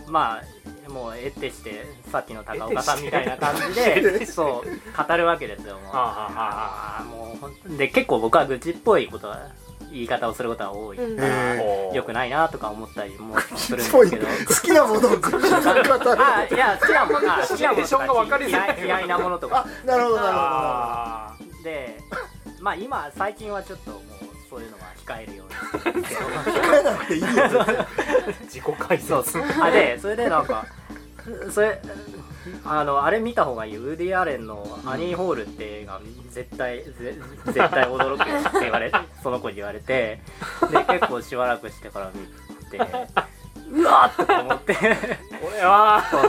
Speaker 3: おまあもうえってしてさっきの高岡さんみたいな感じでそう語るわけですよもう
Speaker 1: はあはあはあ
Speaker 3: あーもうほんで結構僕は愚痴っぽいことは言い方をすることが多い、
Speaker 2: うん
Speaker 4: えー
Speaker 1: おー
Speaker 3: よくないなとか思ったりもするんです
Speaker 4: そうい
Speaker 3: け
Speaker 4: う
Speaker 3: ど
Speaker 4: 好きなものを口に語る
Speaker 3: あいや好きなものあ好きな
Speaker 1: シチュエ
Speaker 3: も
Speaker 1: ーションが
Speaker 3: の
Speaker 1: 分
Speaker 3: と
Speaker 1: か
Speaker 3: か
Speaker 1: りづらい
Speaker 3: 嫌い嫌いなものとか
Speaker 4: なるほどなるほど
Speaker 1: あ
Speaker 3: でまあ今最近はちょっともうそういうのは控えるようにしてるんです
Speaker 4: 控えなくていいよ絶対
Speaker 1: ー自己解
Speaker 3: けど
Speaker 1: 説
Speaker 3: そうあでそれでなんかそれあのあれ見た方がいいウーディ・アレンの「アニー・ホール」って映画絶対ぜ絶対驚くよって言われその子に言われてで結構しばらくしてから見てうわーっと思って
Speaker 1: 俺は
Speaker 3: そうそ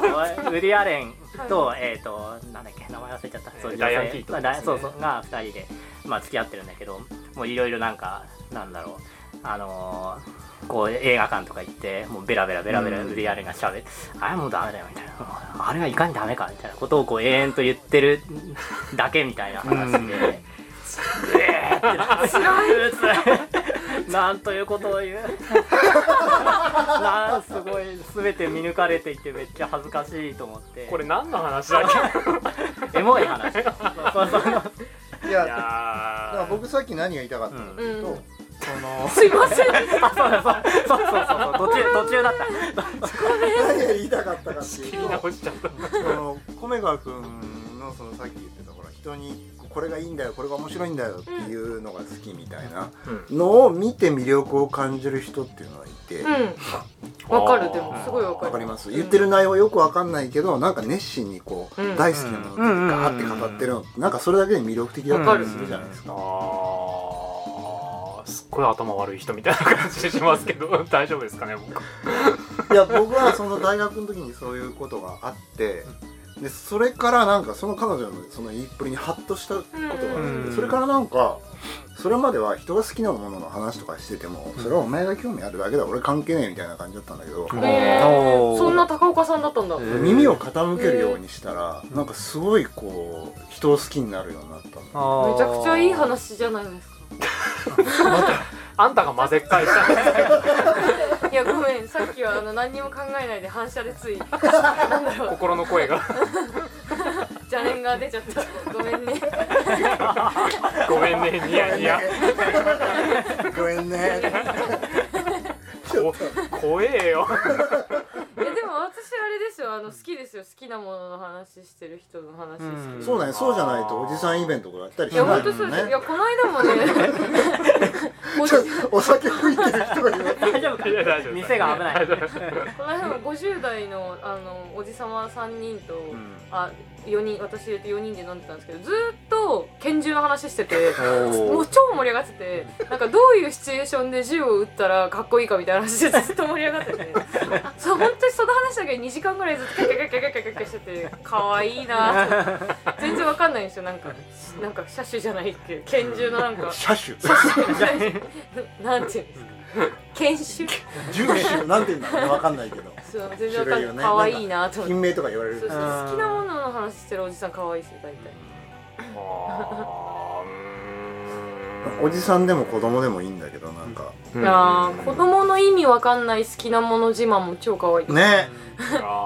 Speaker 3: うウディ・アレンと,、えー、となんだっけ名前忘れちゃった
Speaker 1: えー
Speaker 3: そう女性
Speaker 1: ダイアンキートンですね
Speaker 3: まあだいそうそうが2人で、まあ、付き合ってるんだけどもういろいろなんかなんだろうあのーこう映画館とか行ってもうベラベラベラベラ
Speaker 4: うん
Speaker 3: ウディ・アレンがしゃべって「あれもうダメだよ」みたいな「あれはいかにダメか」みたいなことをこう永遠と言ってるだけみたいな話で。
Speaker 4: うん
Speaker 3: えーって辛いなんということを言うなんすごい全て見抜かれていてめっちゃ恥ずかしいと思って
Speaker 1: これ何の話だっけ
Speaker 3: エモい話そうそうそう
Speaker 4: い
Speaker 1: い
Speaker 4: やだから
Speaker 1: や
Speaker 4: 僕さっき何が言いたかったのと、
Speaker 2: うんうん
Speaker 4: その
Speaker 2: すいません
Speaker 3: そうそうそう途中途中だった
Speaker 4: 何が言いたかったかっていう
Speaker 1: 切り
Speaker 4: と
Speaker 1: 直しちゃった
Speaker 4: その米川君のそのさっき言ってたほら人にこれがいいんだよこれが面白いんだよっていうのが好きみたいなのを見て魅力を感じる人っていうのはいて、
Speaker 2: うんわかるでもすごいわか
Speaker 4: わ
Speaker 2: る
Speaker 4: かります言ってる内容はよくわかんないけどなんか熱心にこう、
Speaker 2: うん
Speaker 4: 大好きなものをガーって語ってるのなんかそれだけで魅力的だったりするじゃないですか、
Speaker 1: あーすっごい頭悪い人みたいな感じしますけど 大丈夫ですかね僕
Speaker 4: いや僕はその大学の時にそういうことがあってでそれからなんかその彼女のその言いっぷりにハッとしたことがあって、
Speaker 3: うん
Speaker 4: それからなんかそれまでは人が好きなものの話とかしててもそれはお前が興味あるだけだ俺関係ねえみたいな感じだったんだけど、
Speaker 1: うん
Speaker 2: え
Speaker 3: お
Speaker 2: ー
Speaker 3: ー
Speaker 2: そんな高岡さんだったんだ
Speaker 3: うん
Speaker 4: 耳を傾けるようにしたら、なんかすごいこう人を好きになるようになったの
Speaker 2: めちゃくちゃいい話じゃないです
Speaker 1: あんたが混ぜっかいした
Speaker 2: かいやごめんさっきはあの何にも考えないで反射でついなんだろう
Speaker 1: 心の声が
Speaker 2: 邪念が出ちゃったごめんね
Speaker 1: ごめんねニヤニヤ
Speaker 4: ごめんね
Speaker 1: こ怖えよ
Speaker 2: いやでも私あれですよあの好きですよ好きなものの話してる人の話好き
Speaker 3: うん
Speaker 4: そうだねそうじゃないとおじさんイベントとかやったり
Speaker 2: い
Speaker 4: し
Speaker 2: や
Speaker 4: ない
Speaker 2: 本
Speaker 4: も
Speaker 2: 当そうんですい
Speaker 4: ね
Speaker 2: やこの間もねおじ
Speaker 4: ちょっとお酒吹いてる人がいる
Speaker 3: 大丈夫か
Speaker 1: いや大丈夫
Speaker 3: 店が危ない
Speaker 1: 大丈夫
Speaker 2: この間も50代のあのおじさま3人と、あ4人私入れて4人で飲んでたんですけどずーっと拳銃の話しててもう超盛り上がっててなんかどういうシチュエーションで銃を撃ったらかっこいいかみたいな話でずっと盛り上がっててそう本当にその話だけ2時間ぐらいずっとキャキャキャキャキャキャキャしてて可愛いなーって全然わかんないんですよなんかなんか車種じゃないっけ拳銃のなんか
Speaker 4: 車種
Speaker 2: なんていうんですか犬種
Speaker 4: 住所なんていうんだろうねわかんないけど
Speaker 2: そう全然わかんない可愛いなと思って
Speaker 4: 品名とか言われ
Speaker 2: そうそう
Speaker 4: る
Speaker 2: 好きなものの話してるおじさん可愛いですよ大体
Speaker 1: あ
Speaker 4: おじさんでも子供でもいいんだけどなんか
Speaker 2: いやー子供の意味わかんない好きなもの自慢も超可愛い
Speaker 4: ね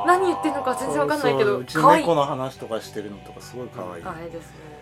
Speaker 2: 何言ってんのか全然わかんないけ
Speaker 4: そうそう
Speaker 2: ど
Speaker 4: うち
Speaker 2: 可
Speaker 4: の
Speaker 2: 愛い
Speaker 4: 猫の話とかしてるのとかすごい可愛い
Speaker 2: あれですね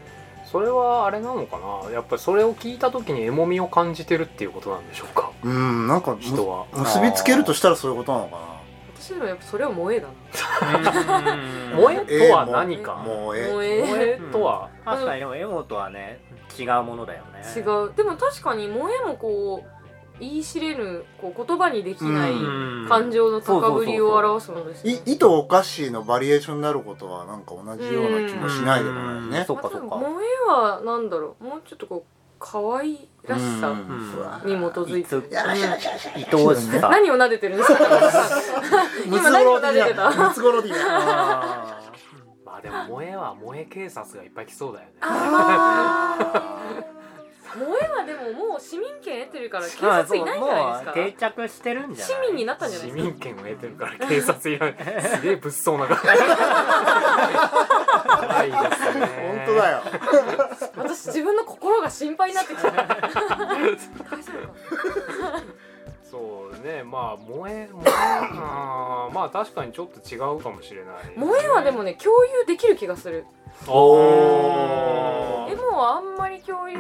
Speaker 1: それはあれなのかなやっぱりそれを聞いた時にエモみを感じてるっていうことなんでしょうか
Speaker 4: うんなんかむ
Speaker 1: 人は
Speaker 4: 結びつけるとしたらそういうことなのか
Speaker 2: 私でもやっぱそれは萌えだな
Speaker 1: あー萌えとは何
Speaker 4: な
Speaker 1: か
Speaker 4: もうえ
Speaker 2: 萌
Speaker 1: 萌
Speaker 2: え
Speaker 1: えとは
Speaker 3: 確かにでもエモとはね違うものだよね
Speaker 2: 違うでも確かに萌えもこう言い知れぬこう言葉にできない
Speaker 3: うん
Speaker 2: 感情の高ぶりを
Speaker 3: そうそ
Speaker 2: 表す
Speaker 3: うそうそう
Speaker 2: ものですね
Speaker 4: い意図おかしいのバリエーションになることはなんか同じような気もしないでもないね
Speaker 3: うんそっかそっ
Speaker 2: まあ
Speaker 3: か
Speaker 2: 萌えはなんだろうもうちょっとこう可愛らしさ
Speaker 4: うん
Speaker 3: うん
Speaker 4: ふわ
Speaker 2: に基づいて、
Speaker 3: いつ
Speaker 4: よしよしよしよし
Speaker 3: 愛おしさ
Speaker 2: 何を撫でてるん ですか今何を撫でてた
Speaker 4: ムツゴロウディア
Speaker 3: あ
Speaker 1: まあでも萌えは萌え警察がいっぱい来そうだよね
Speaker 2: あー萌えはでももう市民権得てるから警
Speaker 3: ーまあ
Speaker 2: 察
Speaker 3: そう
Speaker 2: いないんじゃない
Speaker 3: もう定
Speaker 2: です
Speaker 3: 着してるんじゃ
Speaker 2: か
Speaker 3: ない
Speaker 2: 市民になったんじゃない
Speaker 1: 市
Speaker 2: ですか
Speaker 1: 民権を得てるから警察いら ないすげえ物騒な感じ怖いですね
Speaker 4: 本当だよ
Speaker 2: 私自分の心が心配になってき た大丈夫か
Speaker 1: そうねまあ萌え萌えあーまあ確かにちょっと違うかもしれない
Speaker 2: 萌えはでもね共有できる気がする
Speaker 1: お
Speaker 2: エモはあんまり共有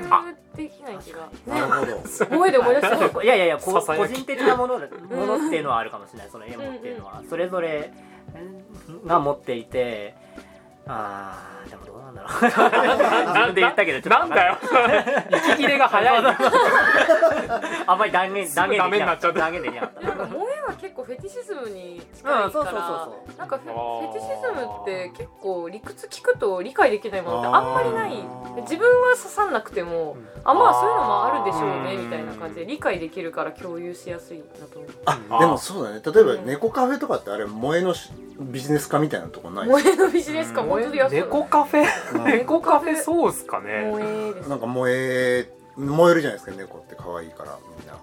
Speaker 2: できない気が
Speaker 4: なるほど
Speaker 2: 萌えで思い出 した
Speaker 3: いやいやいやこ
Speaker 1: さ
Speaker 3: 個
Speaker 1: さやき
Speaker 3: 人的なものだものっていうのはあるかもしれないそのエモっていうのはそれぞれが持っていてあーでもどうなんだろう自分で言ったけどちょっ
Speaker 1: な
Speaker 3: と
Speaker 1: んだよ息切れが早い な
Speaker 3: あんまり断言断言できなか
Speaker 1: すぐダメになっちゃった
Speaker 3: 断言できなかった
Speaker 2: なんか萌えは結構フェティシズムに近
Speaker 3: う
Speaker 2: い
Speaker 3: んそう
Speaker 2: か
Speaker 3: そう
Speaker 2: ら
Speaker 3: そうそう
Speaker 2: なんかフェ
Speaker 1: あー
Speaker 2: フェティシズムって結構理屈聞くと理解できないものってあんまりない
Speaker 4: あー
Speaker 2: 自分は刺さんなくても
Speaker 3: うん
Speaker 2: あまあそういうのもあるでしょうね
Speaker 1: うん
Speaker 2: みたいな感じで理解できるから共有しやすいなと思う
Speaker 1: あ
Speaker 4: でもそうだね例えば
Speaker 2: うん
Speaker 4: 猫カフェとかってあれ萌えのしビジネス化みたいなとこない
Speaker 2: 萌えのビジネスか本当で安い
Speaker 1: 猫カフェ
Speaker 4: うん
Speaker 1: 猫カフェそうっすかね
Speaker 2: 萌えです
Speaker 4: なんか萌え燃えるじゃないですか猫って可愛いからみんな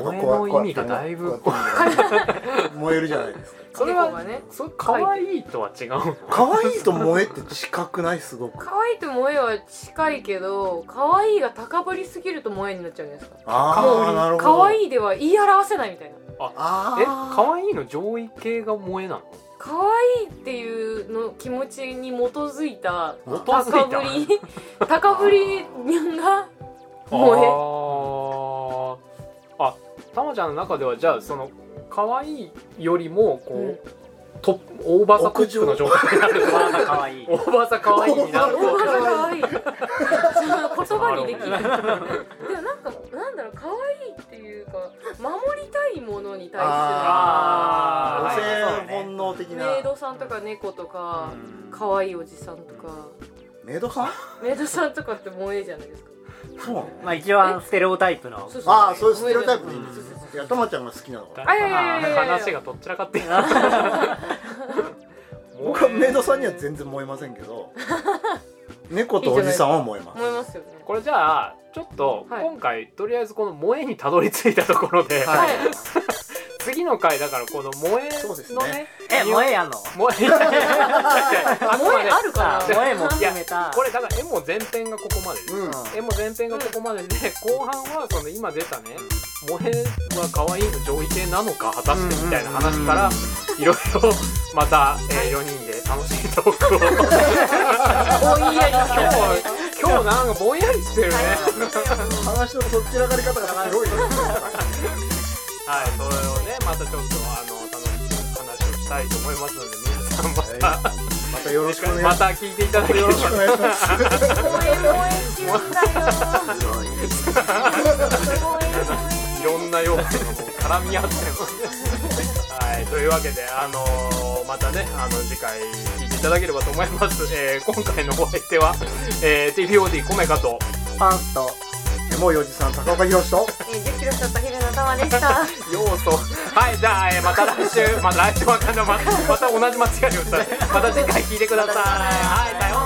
Speaker 4: なんか
Speaker 1: 萌えの意味がだいぶ
Speaker 4: こうやってこうやって 燃えるじゃないですか
Speaker 1: それ
Speaker 2: 猫
Speaker 1: は
Speaker 2: がね
Speaker 1: それ可愛いとは違うの
Speaker 4: 可愛いと萌えって近くないすごく
Speaker 2: 可愛いと萌えは近いけど可愛いが高ぶりすぎると萌えになっちゃうんじゃないですか
Speaker 4: ああなるほど
Speaker 2: 可愛
Speaker 4: い
Speaker 2: いでは言い表せないみたいな
Speaker 4: あ
Speaker 1: え
Speaker 4: あ
Speaker 1: 可愛いの上位系が萌えなの
Speaker 2: 可愛いっていうの気持ちに基づいた
Speaker 1: 基づいた
Speaker 2: 高 ぶり高ぶりが萌
Speaker 1: 萌えあたまちゃんの中ではじゃあその可愛いよりもこう、
Speaker 2: うん
Speaker 1: トップオーバーザトップの状態になる
Speaker 3: まあまあ可愛 い
Speaker 1: オーバーザ可愛いにな
Speaker 2: え
Speaker 1: る
Speaker 2: 大
Speaker 1: と
Speaker 2: 技可愛いその言葉にできるでもなんかなんだろう可愛いっていうか守りたいものに対
Speaker 1: あ
Speaker 4: 女
Speaker 1: ー
Speaker 2: す
Speaker 4: 性の本能的
Speaker 2: る
Speaker 4: な
Speaker 2: メイドさんとか猫とか
Speaker 3: うん
Speaker 2: 可愛いおじさんとか
Speaker 4: メイドさん
Speaker 2: メイドさんとかって萌えじゃないですか
Speaker 4: そうなの
Speaker 3: まあ一番ステレオタイプの
Speaker 2: そうそう
Speaker 4: ああそういうステレオタイプでいいんで
Speaker 2: そうそう
Speaker 4: すいやたまちゃんが好きなの か
Speaker 2: あいやいやいやいやいや
Speaker 1: 話がとっちらかってる
Speaker 4: 僕はメイドさんには全然燃えませんけ ど猫とおじさんは燃えます
Speaker 2: 思いますよね
Speaker 1: これじゃあちょっと
Speaker 2: はい
Speaker 1: 今回、とりあえずこの萌えにたどり着いたところで、
Speaker 4: はい
Speaker 1: 次の回だからこの萌え
Speaker 4: そうです
Speaker 1: の
Speaker 4: ね
Speaker 1: ね
Speaker 3: え萌えやんの
Speaker 1: 萌えいやいやいやあくま
Speaker 2: 萌え
Speaker 1: で
Speaker 2: あるか
Speaker 3: さ
Speaker 2: ら
Speaker 3: あ萌えも
Speaker 1: いや
Speaker 3: 含めた
Speaker 1: これだから絵も前編がここまでです、
Speaker 4: うん
Speaker 1: 絵も前編がここまでで、後半はその今出たね萌えは可愛いの上位系なのか果たしてみたいな話からいろいろまた、え4人で楽しいトークを
Speaker 2: ぼんやりしか ない
Speaker 1: 今日なんかぼんやりしてるね
Speaker 4: 話のそっちらかり方がすごいです
Speaker 1: はいそれをねまたちょっとあの楽しい話をしたいと思いますので皆さんまた、
Speaker 4: またよろしくお願いし
Speaker 1: ま
Speaker 4: ます
Speaker 1: た聞いていただければ
Speaker 4: よろしくお願いします
Speaker 2: 萌え萌え中だよ
Speaker 1: いろんな要素がこう絡み合ってます。はい、というわけで、あのーまたね、あの、次回聞いていただければと思います。えー今回のお相手は、えー、TPOD コメカと、
Speaker 3: パンスと
Speaker 4: エモいおじさん高岡宏と
Speaker 2: 10キロしちゃった昼の玉でした。
Speaker 1: 要素。はい、じゃあ、えーまた来週、また来週わかんない。またまた同じ間違いをした。また次回聞いてください。はい、さようなら。